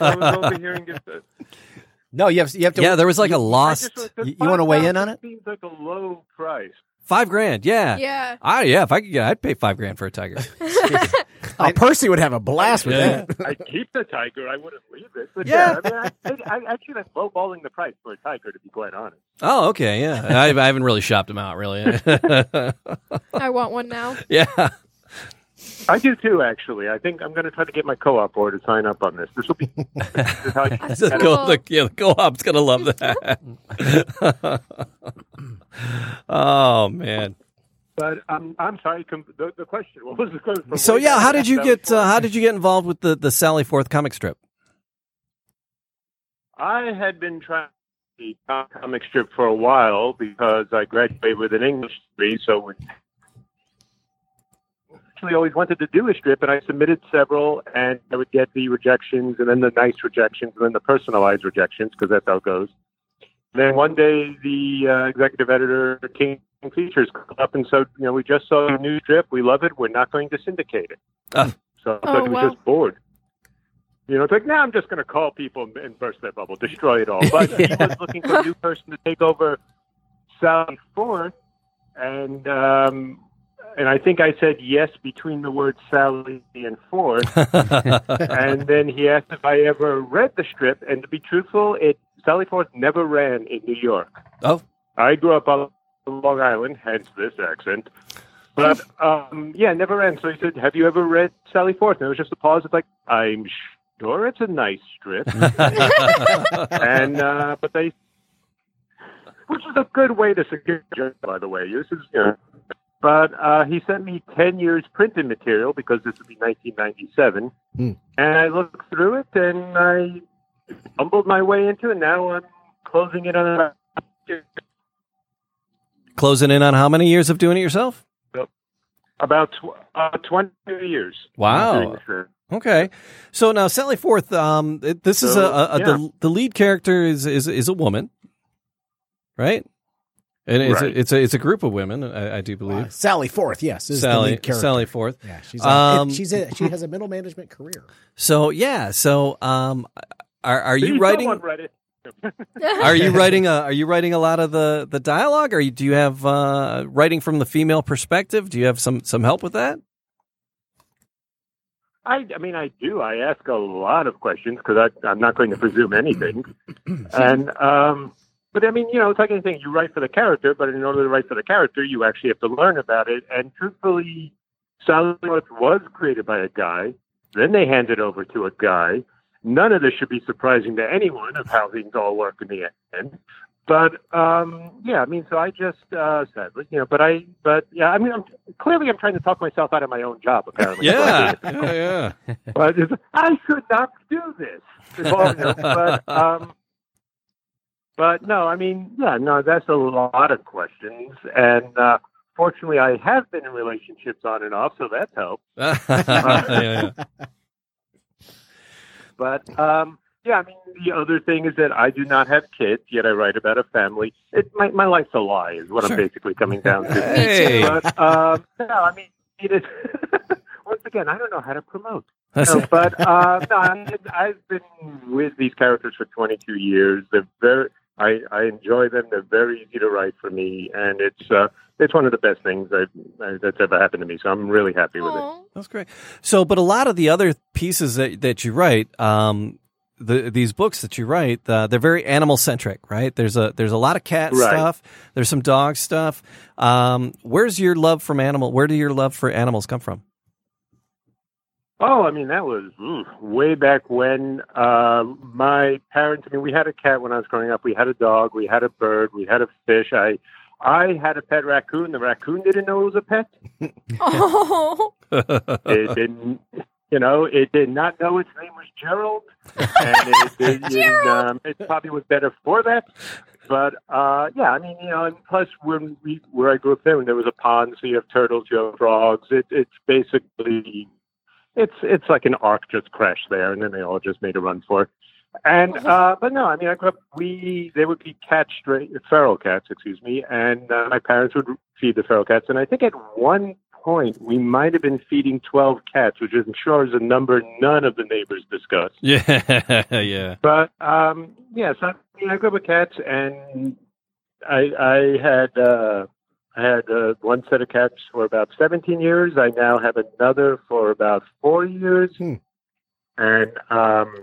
was over here and get the, No, Oh, you have you have to. yeah, there was like a I lost just was- the You- you wanna weigh in on it? $5,000 Seems like a low price. five grand. Yeah. Yeah. Ah, yeah. If I could, yeah, I'd pay five grand for a tiger. Oh, Percy would have a blast with Yeah. that. I keep the tiger. I wouldn't leave it. But Yeah. yeah, I mean, I, I, I actually like lowballing the price for a tiger, to be quite honest. oh, okay. Yeah, I, I haven't really shopped them out, really. I want one now. yeah. I do too, actually. I think I'm going to try to get my co-op board to sign up on this. This will be. this is how I- That's The cool. co- the- yeah, the co-op's gonna love that. oh man! but um, I'm sorry. Com- the, the question. What was the question? So yeah, how did you get uh, how did you get involved with the the Sally Forth comic strip? I had been trying the comic strip for a while because I graduated with an English degree, so we actually always wanted to do a strip, and I submitted several, and I would get the rejections, and then the nice rejections, and then the personalized rejections, because that's how it goes. And then one day, the uh, executive editor of King Features called up and said, "You know, we just saw your new strip. We love it. We're not going to syndicate it." Ah. So I Oh, thought he was wow. just bored. You know, it's like now I'm just going to call people and burst their bubble, destroy it all. But he was looking for a new person to take over Sally Forth, and um, and I think I said yes between the words Sally and Forth and then he asked if I ever read the strip. And to be truthful, it Sally Forth never ran in New York. Oh. I grew up on Long Island, hence this accent. But um, yeah, never ran. So he said, "Have you ever read Sally Forth?" And it was just a pause. It's like I'm sure it's a nice strip, and uh, but they, which is a good way to secure a job, by the way. This is you know, but uh, he sent me 10 years printed material because this would be 1997. Hmm. And I looked through it and I stumbled my way into it. Now I'm closing it on about Closing in on how many years of doing it yourself? about tw- uh, 20 years. Wow. Doing this year. Okay, so now Sally Forth. Um, it- this is a, So, a, a yeah. the, the lead character is is is a woman, right? And it's Right. A, it's a it's a group of women. I, I do believe Sally Forth, yes, is the Sally lead character. Sally Forth. Yeah, she's Um, a, she's a, she has a middle management career. So yeah, so um, are are you See, writing? someone read it. are you writing a are you writing a lot of the the dialogue or you, do you have uh writing from the female perspective do you have some some help with that I, I mean, I do. I ask a lot of questions because I'm not going to presume anything. and, um, but I mean, you know, it's like anything. You write for the character, but in order to write for the character, you actually have to learn about it. And truthfully, Silent North was created by a guy. Then they hand it over to a guy. None of this should be surprising to anyone of how things all work in the end. But um, yeah, I mean, so I just uh, said, you know, but I, but yeah, I mean, I'm, clearly, I'm trying to talk myself out of my own job. Apparently, yeah but it's- I should not do this. It's all- but, um, but no, I mean, yeah, no, that's a lot of questions. And uh, fortunately, I have been in relationships on and off, so that's helped. yeah. yeah, yeah. But um, yeah, I mean, the other thing is that I do not have kids, yet I write about a family. It, my, my life's a lie, is what Sure. I'm basically coming down to. Hey. But um, no, I mean, it is. Once again, I don't know how to promote. No, but uh, no, I mean, I've been with these characters for 22 years. They're very, I, I enjoy them. They're very easy to write for me, and it's uh, it's one of the best things I've, I, that's ever happened to me. So I'm really happy with it. Aw. that's great so but a lot of the other pieces that that you write um the, these books that you write, uh, they're very animal centric, right? There's a there's a lot of cat Right. stuff. There's some dog stuff. Um, where's your love from animal? Where do your love for animals come from? Oh, I mean, that was ooh, way back when uh, my parents. I mean, we had a cat when I was growing up. We had a dog. We had a bird. We had a fish. I I had a pet raccoon. The raccoon didn't know it was a pet. Oh. it didn't you know it did not know its name was gerald and it, didn't, Um, it probably was better for that but uh yeah i mean you know and plus when we where i grew up then there was a pond so you have turtles you have frogs it, it's basically it's it's like an ark just crashed there, and then they all just made a run for it. And uh, but no, I mean, I grew up. We there would be cat stray, feral cats, excuse me, and uh, my parents would feed the feral cats. And I think at one point we might have been feeding twelve cats, which is I'm sure is a number none of the neighbors discuss. Yeah, yeah. But um, yes, I, mean, I grew up with cats, and I I had uh, I had uh, one set of cats for about seventeen years. I now have another for about four years, Hmm. and um,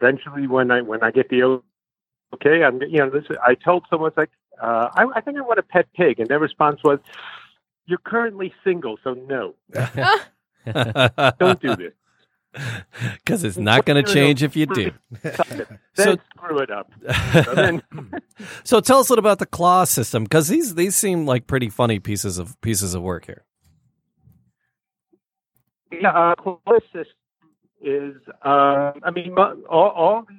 eventually, when I when I get the o- okay, I'm you know this. I told someone it's like uh, I, I think I want a pet pig, and their response was, "You're currently single, so no, don't do this." Because it's not going to change if you do. then So- screw it up. So then, so tell us a little about the claw system because these these seem like pretty funny pieces of pieces of work here. Yeah, uh, Colossus is. Uh, I mean, mo- all, all these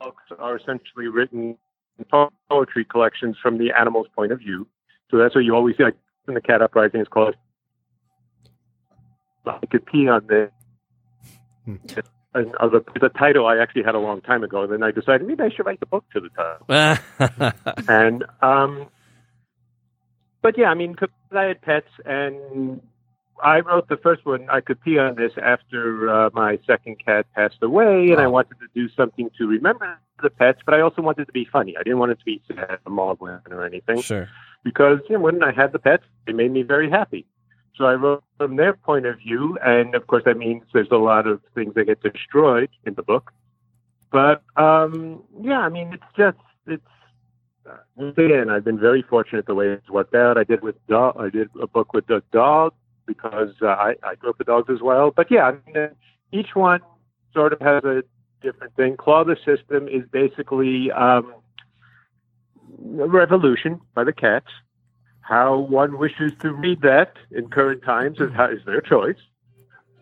books are essentially written in po- poetry collections from the animal's point of view. So that's what you always see. Like in the Cat Uprising, it's called. I could pee on this. And other, the title I actually had a long time ago. Then I decided maybe I should write the book to the title and um, but yeah, I mean, 'cause I had pets, and I wrote the first one. I could pee on this after uh, my second cat passed away, and I wanted to do something to remember the pets, but I also wanted to be funny. I didn't want it to be sad, maudlin, or anything sure. because you know, when I had the pets, they made me very happy. So I wrote from their point of view, and of course that means there's a lot of things that get destroyed in the book. But um, yeah, I mean it's just it's uh, once again I've been very fortunate the way it's worked out. I did with dog, I did a book with the dog because uh, I I grew up with dogs as well. But yeah, I mean, uh, each one sort of has a different thing. Claw the system is basically. Um, revolution by the cats. How one wishes to read that in current times is, how, is their choice.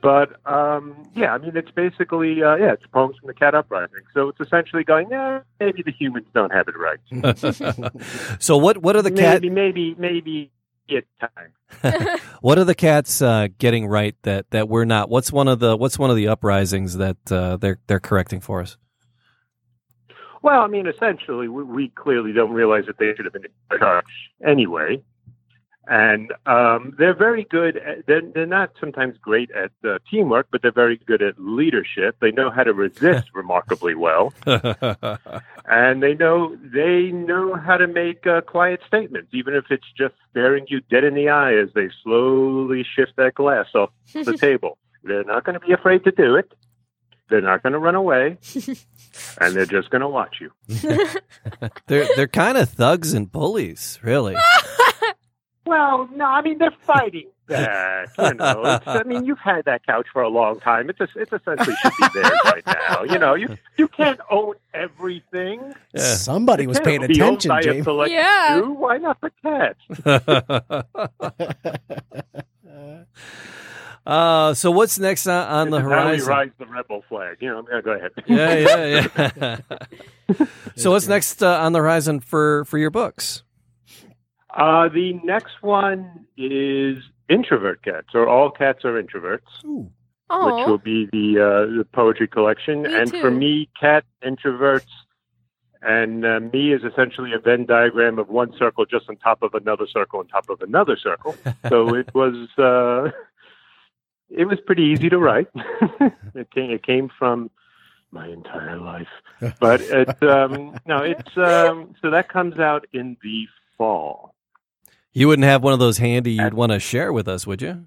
But um, yeah, I mean, it's basically uh, yeah, it's poems from the cat uprising. So it's essentially going, yeah, maybe the humans don't have it right. so what what are the cat maybe, maybe, maybe it's time. what are the cats uh, getting right that that we're not? What's one of the what's one of the uprisings that uh, they're they're correcting for us? Well, I mean, essentially, we, we clearly don't realize that they should have been in charge anyway. And um, they're very good. At, they're, they're not sometimes great at uh, teamwork, but they're very good at leadership. They know how to resist remarkably well, and they know they know how to make uh, quiet statements, even if it's just staring you dead in the eye as they slowly shift that glass off the table. They're not going to be afraid to do it. They're not going to run away, and they're just going to watch you. they're they're kind of thugs and bullies, really. Well, no, I mean they're fighting that. You know, it's, I mean you've had that couch for a long time. It's just, it's essentially should be theirs right now. You know, you you can't own everything. Yeah. Somebody was Can't paying be owned attention, by a James. select Yeah. few. Why not the cat? uh, so what's next on, on the This is how we horizon? rise the rebel flag. You know, yeah, go ahead. Yeah, yeah, yeah. so what's next uh, on the horizon for for your books? Uh, the next one is introvert cats, or all cats are introverts. Ooh. which will Oh, be the uh, the poetry collection. Me and too. for me, cat introverts and uh, me is essentially a Venn diagram of one circle just on top of another circle on top of another circle. so it was uh, it was pretty easy to write. it came it came from my entire life, but it, um, no, it's um, so that comes out in the fall. You wouldn't have one of those handy you'd want to share with us, would you?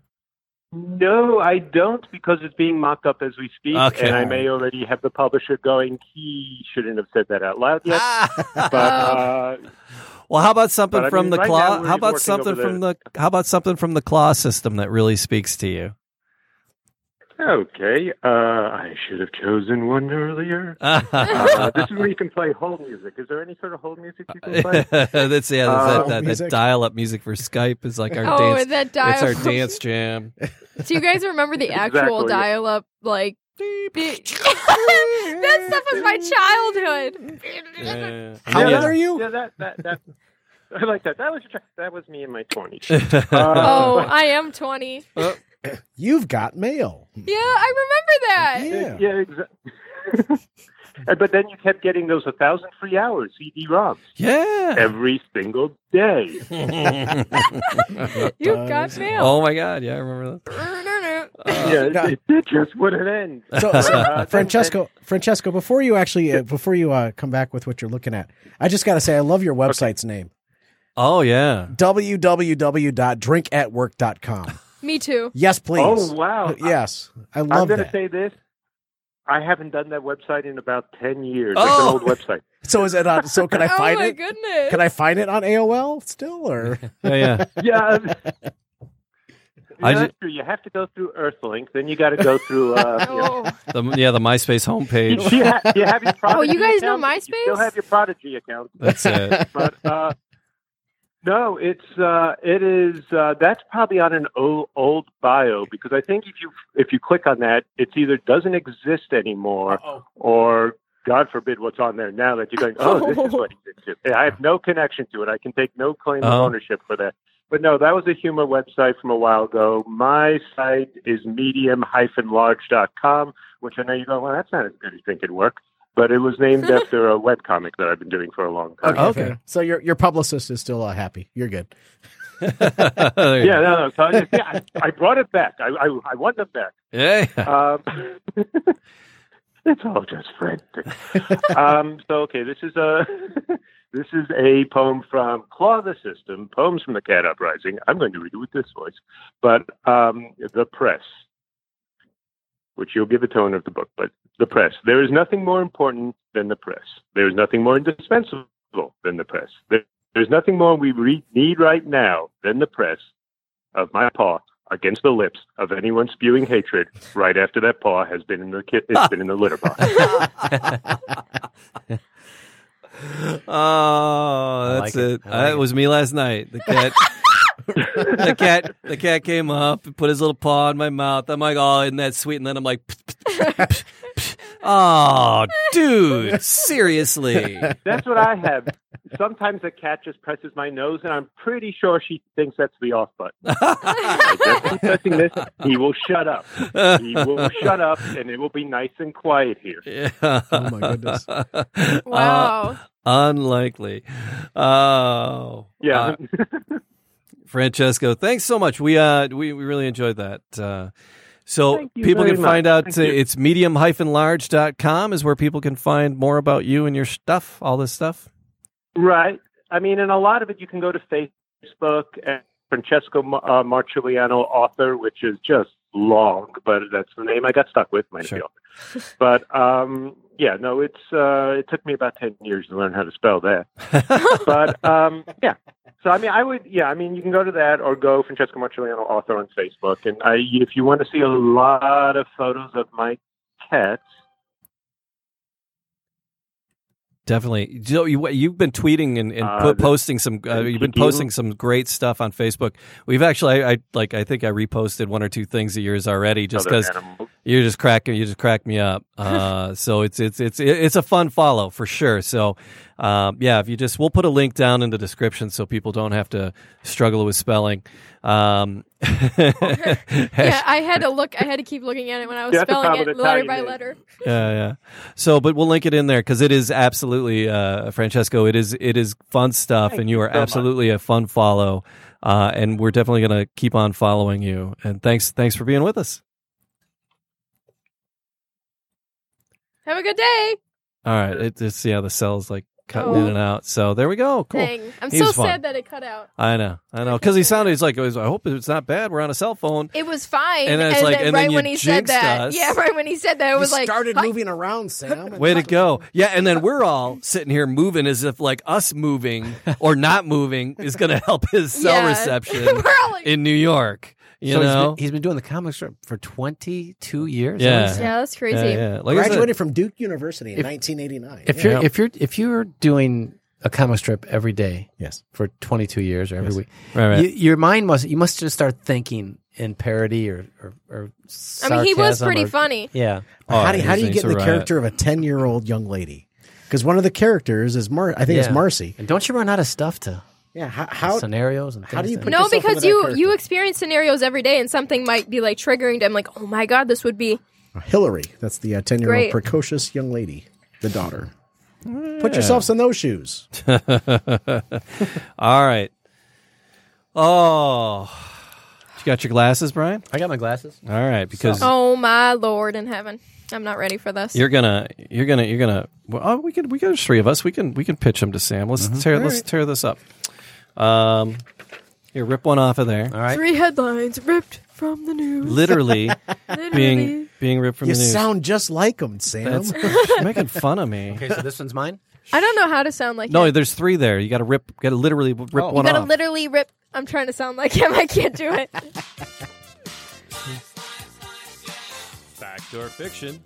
No, I don't, because it's being mocked up as we speak, Okay. and I may already have the publisher going. He shouldn't have said that out loud yet. Ah! But Oh. uh, well, how about something But I from mean, the right now claw? we're How about working something over from the how about something from the claw system that really speaks to you? okay, uh, I should have chosen one earlier. Uh, this is where you can play hold music. Is there any sort of hold music you can play? that's yeah, Uh, that, that, that music. dial-up music for Skype is like our oh, dance. that It's dial. our dance jam. Do you guys remember the actual Exactly. dial-up? Like that stuff was my childhood. Yeah. How old Yeah. are you? Yeah, that that that. I like that. That was that was me in my twenties. Yeah. Uh, Oh, I am twenty. Oh, You've got mail. Yeah, I remember that. Yeah. Yeah, exactly. but then you kept getting those 1,000 free hours CD-ROMs Yeah. every single day. You got mail. oh my God. Yeah, I remember that. yeah, it- no. it, it just wouldn't end. So, Uh, so, that- Francesco, Francesco, before you actually uh, before you uh, come back with what you're looking at, I just got to say I love your website's name Oh yeah. www.drinkatwork.com. Me too. Yes, that- please. oh wow! Yes, I I, am love going to that. say this. I haven't done that website in about ten years. It's an Oh. old website. so is it on? So can I oh find my it? goodness. Can I find it on AOL still? Or Yeah, yeah. I Yeah. Yeah, ju- that's true. You have to go through Earthlink, then you got to go through. Uh, you know- Oh, The, yeah, the MySpace homepage. you, ha- you have your Prodigy you guys know account, You still MySpace? have your Prodigy account, That's it. but uh, no, it's uh, it is uh, that's probably on an o- old bio because I think if you if you click on that, it's either doesn't exist anymore or God forbid what's on there now that you're going, oh, this is what he's into. I have no connection to it. I can take no claim of Oh. ownership for that. But no, that was a humor website from a while ago. My site is medium-large.com, which I know you go, well, that's not as good as Think It Work. But it was named after a webcomic that I've been doing for a long time. Okay. So your your publicist is still uh, happy. You're good. There you Yeah, no, no. So I, just, yeah, I, I brought it back. I, I, I want them back. go. Yeah. Um, it's all just Fred. um, so okay, this is a this is a poem from Claw the System, poems from the Cat Uprising. I'm going to read it with this voice, but um, the press, which you'll give a tone of the book, but the press. There is nothing more important than the press. There is nothing more indispensable than the press. There, there's nothing more we re- need right now than the press of my paw against the lips of anyone spewing hatred right after that paw has been in the ki- it's been in the litter box. Oh, I that's like it. it. I like That it. was me last night. The cat, the cat, the cat came up and put his little paw in my mouth. I'm like, oh, isn't that sweet? And then I'm like, oh, dude, seriously. That's what I have. Sometimes a cat just presses my nose, and I'm pretty sure she thinks that's the off button. Like, if he's pressing this, he will shut up. He will shut up, and it will be nice and quiet here. Yeah. Oh, my goodness. Uh, wow. unlikely. Oh. Yeah, Uh, Francesco, thanks so much. We uh we, we really enjoyed that. Uh so Thank you people very can find much. out Thank uh, you. it's medium-large.com is where people can find more about you and your stuff, all this stuff. right. I mean, and a lot of it you can go to Facebook and Francesco Ma- uh, Marciuliano, author, which is just long, but that's the name I got stuck with. Might Sure. be off. But um, yeah, no, it's uh, it took me about ten years to learn how to spell that. but um, yeah. So I mean, I would yeah. I mean, you can go to that or go Francesco Marcelliano, author on Facebook, and I, if you want to see a lot of photos of my cats, Definitely. So you you've been tweeting and, and Uh, put, the- posting some uh, and you've been Kiki. posting some great stuff on Facebook. We've actually I, I like I think I reposted one or two things of yours already just other cuz animals. You're just cracking. You just crack me up. Uh, so it's it's it's it's a fun follow for sure. So um, yeah, if you just we'll put a link down in the description so people don't have to struggle with spelling. Um, yeah, Yeah, I had to look. I had to keep looking at it when I was That's the spelling it problem with letter by Italian is- yeah. letter. So, but we'll link it in there because it is absolutely uh, Francesco. It is it is fun stuff, Thank and you you are so much. absolutely a fun follow. Uh, and we're definitely going to keep on following you. And thanks thanks for being with us. Have a good day. All right, it, it's yeah, the cell's like cutting Oh. in and out. So there we go. Cool. Dang. I'm He so was fun. sad that it cut out. I know, I know, because he sounded. He's like, I hope it's not bad. We're on a cell phone. It was fine. And then it's like, and then right you when he said jinxed that. us. Yeah, right when he said that, it was You like, started "Hi." moving around, Sam. Way to go! Yeah, and then we're all sitting here moving as if like us moving or not moving is going to help his cell Yeah. reception We're all like- in New York. You so he's know, been, he's been doing the comic strip for 22 years. Yeah. I wanna say. yeah, that's crazy. Yeah, yeah. Like I said- Graduated from Duke University in If- 1989. If Yeah. you're if you're if you're doing a comic strip every day yes, for 22 years or every Yes. week, right, right. you, your mind must you must just start thinking in parody or or, or I mean, he was sarcasm pretty or- funny. Yeah, how do, Oh, how do you he's get in the right. character of a 10 year old young lady? Because one of the characters is Mar. I think it's Yeah. Marcy. and don't you run out of stuff to Yeah. How how, scenarios and things. how do you that- put no, yourself into because that you character. you experience scenarios every day, and something might be like triggering to them. Like, oh my god, this would be Hillary? That's the ten year old Great. precocious young lady, the daughter. Put yourselves in those shoes. All right. Oh, you got your glasses, Brian? I got my glasses. All right, because oh my lord in heaven. I'm not ready for this. you're gonna, you're gonna, you're gonna. Well, oh, we can, we got three of us. We can, we can pitch them to Sam. Let's Mm-hmm. tear, let's tear this up. Um, here, rip one off of there. All right. Three headlines ripped from the news. Literally being, Literally. being ripped from You the news. sound just like him, Sam. That's making fun of me. Okay, so this one's mine. I don't know how to sound like No, him. there's three there. You got to rip. Got to literally rip Oh. one You You gotta off. literally rip. I'm trying to sound like him. I can't do it. Fact or fiction?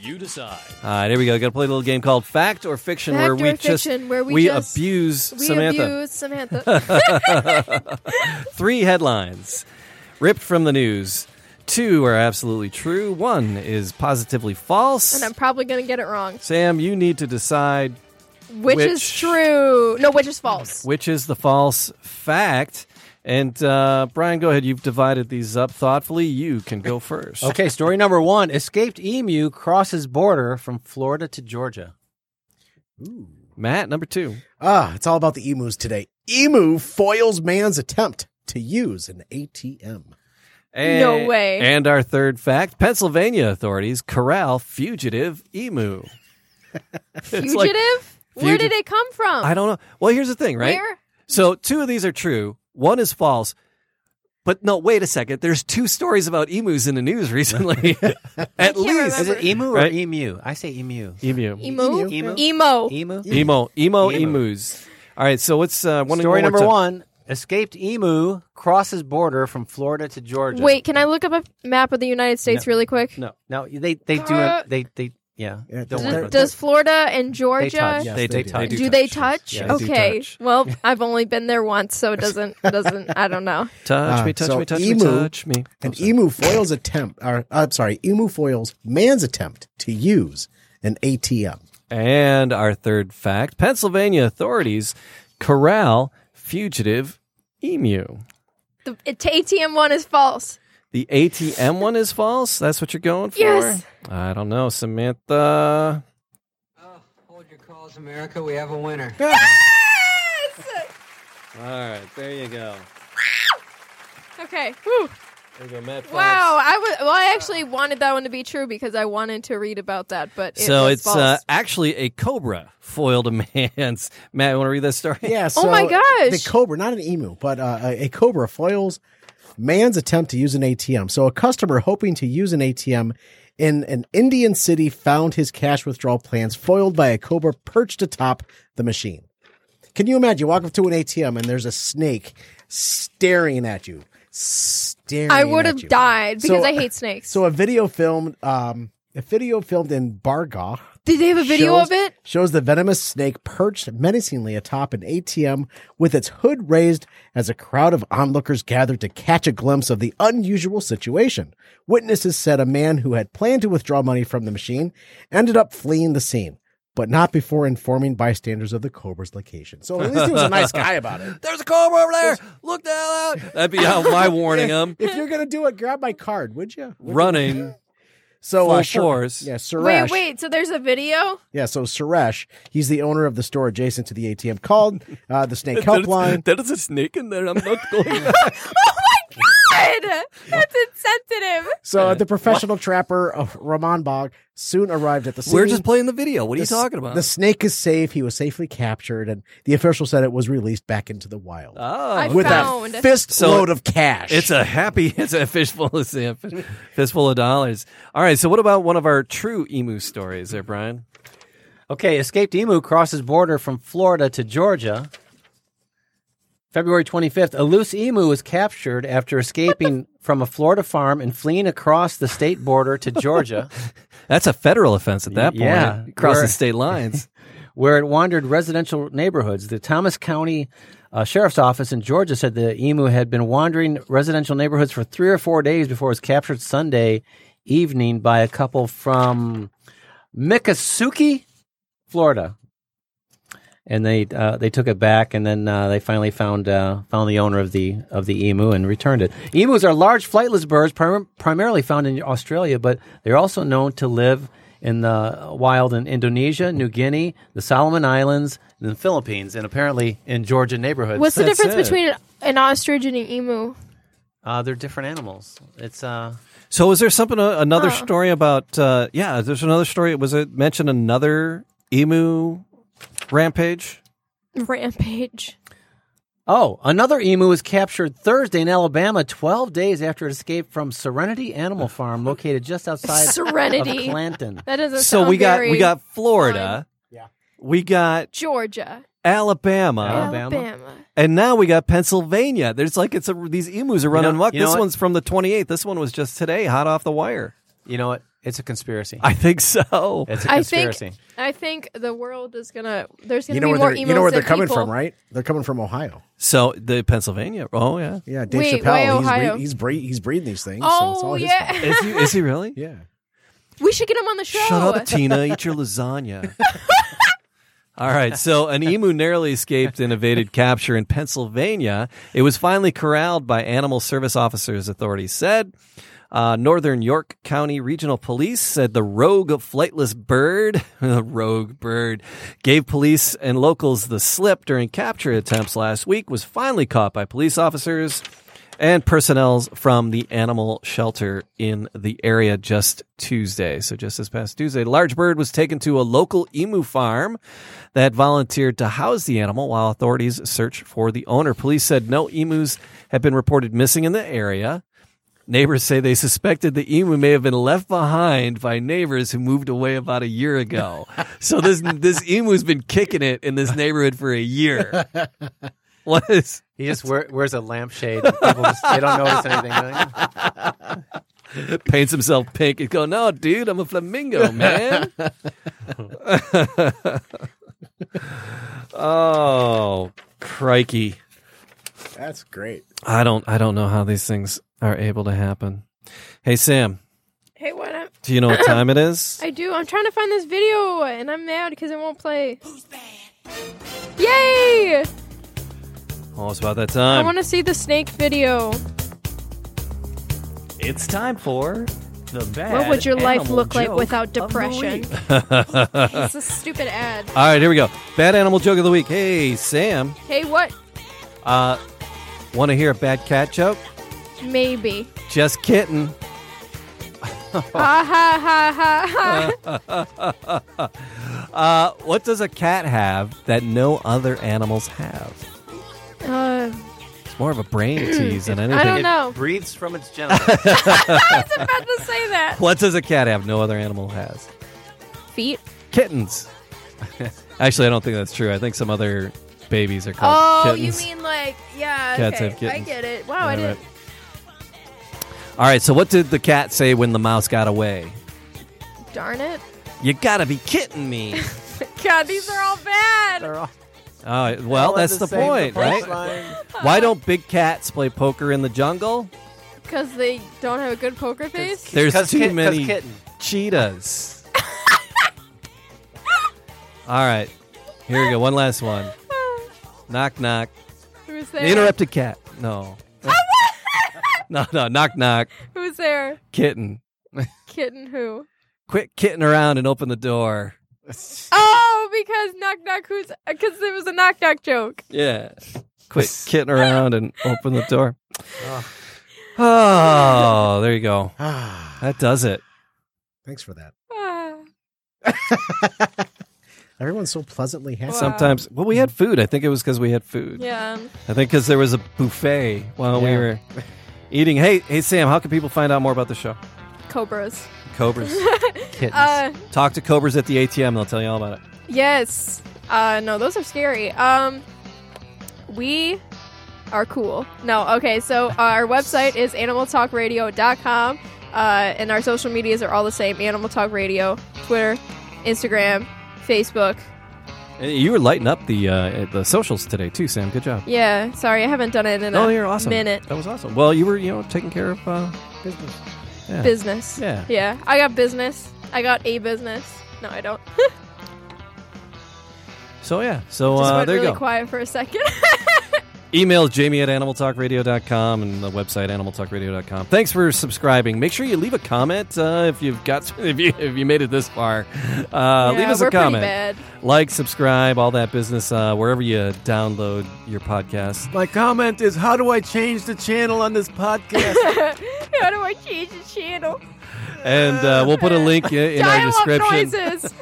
You decide. All right, here we go. Got to play a little game called Fact or Fiction, Fact where or we just Fiction, where we just- abuse We Samantha. abuse Samantha. Three headlines ripped from the news. Two are absolutely true. One is positively false. and I'm probably gonna get it wrong. Sam, you need to decide Which, is Which- true? No, which is false? which is the false fact. And uh, Brian, go ahead. You've divided these up thoughtfully. You can go first. Okay, story number one: Escaped emu crosses border from Florida to Georgia. Matt, number two. Ah, it's all about the emus today. Emu foils man's attempt to use an ATM. No way. And our third fact Pennsylvania authorities corral fugitive emu. Fugitive? like- Where Fugi- did it come from? I don't know. Well, here's the thing, right? Where? So, two of these are true, one is false. But no, wait a second. There's two stories about emus in the news recently. At least. Is it emu or Right. emu? I say emu. Emu. Emo? Emu. Emo. Emu. Emo. Emo Emu. emus. All right, so what's uh, one Story more number time. one: Escaped emu crosses border from Florida to Georgia. Wait, can I look up a map of the United States really quick? No. no, they they do Uh, it. They they yeah. Yeah, don't does- worry Does, about does- that. does Florida and They Georgia touch. Yes, they, they do- do. they do. do, touch. they touch? Yeah, they do okay. touch. Well, I've only been there once, so it doesn't doesn't I don't know. Touch Ah, me, touch so me, touch me, emu- touch me. An emu foils attempt, or I'm sorry, emu foils man's attempt to use an ATM. And our third fact Pennsylvania authorities corral fugitive emu. The it- ATM one is false. The ATM one is false? That's what you're going for? Yes. I don't know, Samantha. Oh, Hold your calls, America. We have a winner. All right, there you go. Okay. Whew. There you go, Matt. Fox. Wow. I was well. I actually wanted that one to be true because I wanted to read about that, but it So was it's false. uh, actually a cobra foiled a man's. Matt, you want to read that story? Yeah. Oh so my gosh. The cobra, not an emu, but uh, a a cobra foils man's attempt to use an ATM. So a customer hoping to use an ATM in an Indian city found his cash withdrawal plans foiled by a cobra perched atop the machine. Can you imagine? You walk up to an ATM and there's a snake staring at you. Staring. I would have at you. died because So- uh, I hate snakes. So a video filmed, um, a video filmed in Barga. Did they have a video shows- of it? Shows the venomous snake perched menacingly atop an ATM with its hood raised as a crowd of onlookers gathered to catch a glimpse of the unusual situation. Witnesses said a man who had planned to withdraw money from the machine ended up fleeing the scene, but not before informing bystanders of the cobra's location. So at least he was a nice guy about it. There's a cobra over there. Look down out. That'd be how my warning them. If you're gonna do it, grab my card, would you? Running. So Full Sur- force. Yeah, Wait, Suresh. wait. So there's a video. Yeah, so Suresh, he's the owner of the store adjacent to the ATM, called uh, the Snake Helpline. There's a snake in there. I'm not going. God, that's insensitive. So the professional trapper uh, Ramon Bog soon arrived at the scene. We're just playing the video. What are The you s- talking about? The snake is safe. He was safely captured, and the official said it was released back into the wild oh. I with found. a fist So load of cash. It's a happy. It's a fistful of sand, fish- fistful of dollars. All right. So, what about one of our true emu stories, there, Brian? Okay, escaped emu crosses border from Florida to Georgia. February 25th, a loose emu was captured after escaping from a Florida farm and fleeing across the state border to Georgia, That's a federal offense at that point. Yeah. crossing Where- state lines. where it wandered residential neighborhoods. The Thomas County uh, Sheriff's Office in Georgia said the emu had been wandering residential neighborhoods for three or four days before it was captured Sunday evening by a couple from Miccosukee, Florida. and they uh, they took it back, and then uh, they finally found uh, found the owner of the of the emu and returned it. Emus are large flightless birds, prim- primarily found in Australia, but they're also known to live in the wild in Indonesia, New Guinea, the Solomon Islands, and the Philippines, and apparently in Georgia neighborhoods. What's the That's difference it. between an ostrich and an emu? Uh, they're different animals. It's uh, So is there something uh, another story about? Uh, yeah, there's another story. Was it mentioned another emu rampage? Rampage. Oh, another emu was captured Thursday in Alabama, 12 days after it escaped from Serenity Animal Farm, located just outside Serenity. of Clanton. That doesn't. So sound we got very we got Florida. Yeah. We got Georgia, Alabama, Alabama. Alabama. and now we got Pennsylvania. There's like it's a, these emus are running know- amok. you know This what? one's from the 28th. This one was just today, hot off the wire. You know what? It's a conspiracy. I think so. It's a I think conspiracy. I think the world is gonna. There's gonna You know be where more they're emus you know where than they're coming people. from, right? They're coming from Ohio. So the Pennsylvania. Oh yeah. Yeah, Dave Wait, why Chappelle. He's, Ohio? bre- he's, bre- he's breeding these things. so it's Oh all his yeah, fault. Is he, is he really? yeah. we should get him on the show. Shut up, Tina. Eat your lasagna. All right. So an emu narrowly escaped and evaded capture in Pennsylvania. It was finally corralled by animal service officers, authorities said. Uh, Northern York County Regional Police said the rogue flightless bird, the rogue bird, gave police and locals the slip during capture attempts last week, was finally caught by police officers and personnel from the animal shelter in the area just Tuesday. So, just this past Tuesday, a large bird was taken to a local emu farm that volunteered to house the animal while authorities search for the owner. Police said no emus have been reported missing in the area. Neighbors say they suspected the emu may have been left behind by neighbors who moved away about a year ago. so this this emu's been kicking it in this neighborhood for a year. What is He just wear, wears a lampshade. and People just, they don't notice anything. Right? paints himself pink and go, no, dude, I'm a flamingo, man. oh, crikey! That's great. I don't, I don't know how these things are able to happen. Hey, Sam, Hey, what? up? do you know what time it is? I do. I'm trying to find this video, and I'm mad because it won't play. Who's bad? Yay! Oh, it's about that i Um, time. want to see the snake video. It's time for the bad. What would your life look like without depression? it's a stupid ad. All right, here we go. Bad animal joke of the week. Hey, Sam, Hey, what? uh, want to hear a bad cat joke? Maybe. Just kitten. ha ha ha ha ha. Uh, what does a cat have that no other animals have? Uh, It's more of a brain tease than anything. I don't know. Breathes from its genitals. I was about to say that. What does a cat have no other animal has? Feet. Kittens. Actually, I don't think that's true. I think some other babies are called Oh, kittens. you mean like yeah? Cats okay. have kittens. I get it. Wow, Oh, I Yeah, didn't. All right, so what did the cat say when the mouse got away? Darn it. You gotta be kidding me. God, these are all bad. They're all- All right, well, all have that's the, the same- point, the right? punchline. Why don't big cats play poker in the jungle? Because they don't have a good poker face. There's 'Cause too kit- 'cause many kitten. cheetahs. All right, here we go. One last one. Knock knock. Who's The there? interrupted cat. No. no no. Knock knock. Who's there? Kitten. Kitten who? Quit kitten around and open the door. Oh, because knock knock who's? Because it was a knock knock joke. Yeah. Quit kitten around and open the door. Oh, there you go. Ah, That does it. thanks for that. Ah. Everyone's so pleasantly happy. Wow. Sometimes, well, we had food. I think it was because we had food. yeah. um, I think because there was a buffet while we Yeah. were eating. Hey, hey, Sam, how can people find out more about the show? Cobras. Cobras. Kittens. Uh, Talk to Cobras at the ATM. They'll tell you all about it. yes. Uh, no, those are scary. Um, we are cool. No, okay. So uh, our website is animaltalkradio.com, uh, and our social medias are all the same: Animal Talk Radio, Twitter, Instagram, Facebook. And you were lighting up the uh, the socials today too, Sam. Good job. Yeah. Sorry, I haven't done it in No, a Oh, you're awesome. minute. That was awesome. Well, you were you know taking care of uh, Business. yeah. Business. Yeah. Yeah. I got business. I got a business. No, I don't. So So yeah, so Just uh, went there really you go. quiet for a second. Email jamie at animaltalkradio.com and the website animaltalkradio.com. Thanks for subscribing. Make sure you leave a comment uh, if you've got if you if you made it this far. Uh, leave Yeah, us we're a pretty comment, bad. like, subscribe, all that business uh, wherever you download your podcast. My comment is, how do I change the channel on this podcast? How do I change the channel? And uh, we'll put a link i- in our Dialogue description. noises.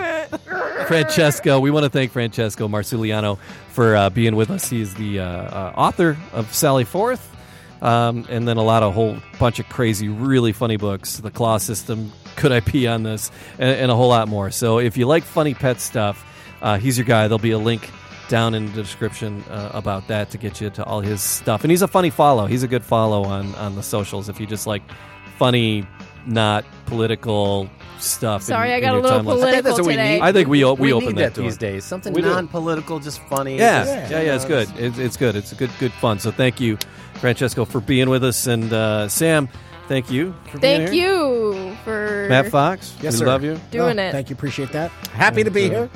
Francesco, we want to thank Francesco Marsuliano for uh, being with us. He is the uh, uh, author of Sally Forth, um, and then a lot of whole bunch of crazy, really funny books, The Claw System, Could I Pee on This, and, and a whole lot more. So if you like funny pet stuff, uh, he's your guy. There'll be a link down in the description uh, about that to get you to all his stuff. And he's a funny follow. He's a good follow on on the socials if you just like funny, not political stuff. in- Sorry, I in got a your little timeline. think that's political what we today. need. I think we o- we, we open need that, that, door. these days. Something We do. non-political, just funny. Yeah, Just- yeah, yeah. It's good. It, it's good. It's a good good fun. So thank you, Francesco, for being with us, and uh, Sam, thank you. For being Thank here. you for Matt Fox. Yes, we sir. love you. doing No, it. Thank you. Appreciate that. Happy to be And, uh, here.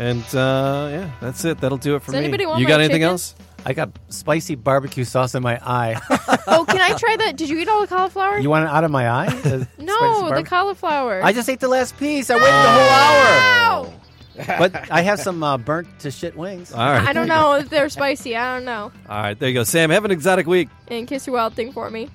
And uh, yeah, that's it. That'll do it for Does me. anybody want you my got anything chicken? else? I got spicy barbecue sauce in my eye. oh, can I try that? Did you eat all the cauliflower? you want it out of my eye? The spicy no, the barbe- cauliflower. I just ate the last piece. I waited the whole Ow! hour. But I have some uh, burnt to shit wings. All right. I don't know if they're spicy. I don't know. All right. There you go, Sam. Have an exotic week. And kiss your wild thing for me.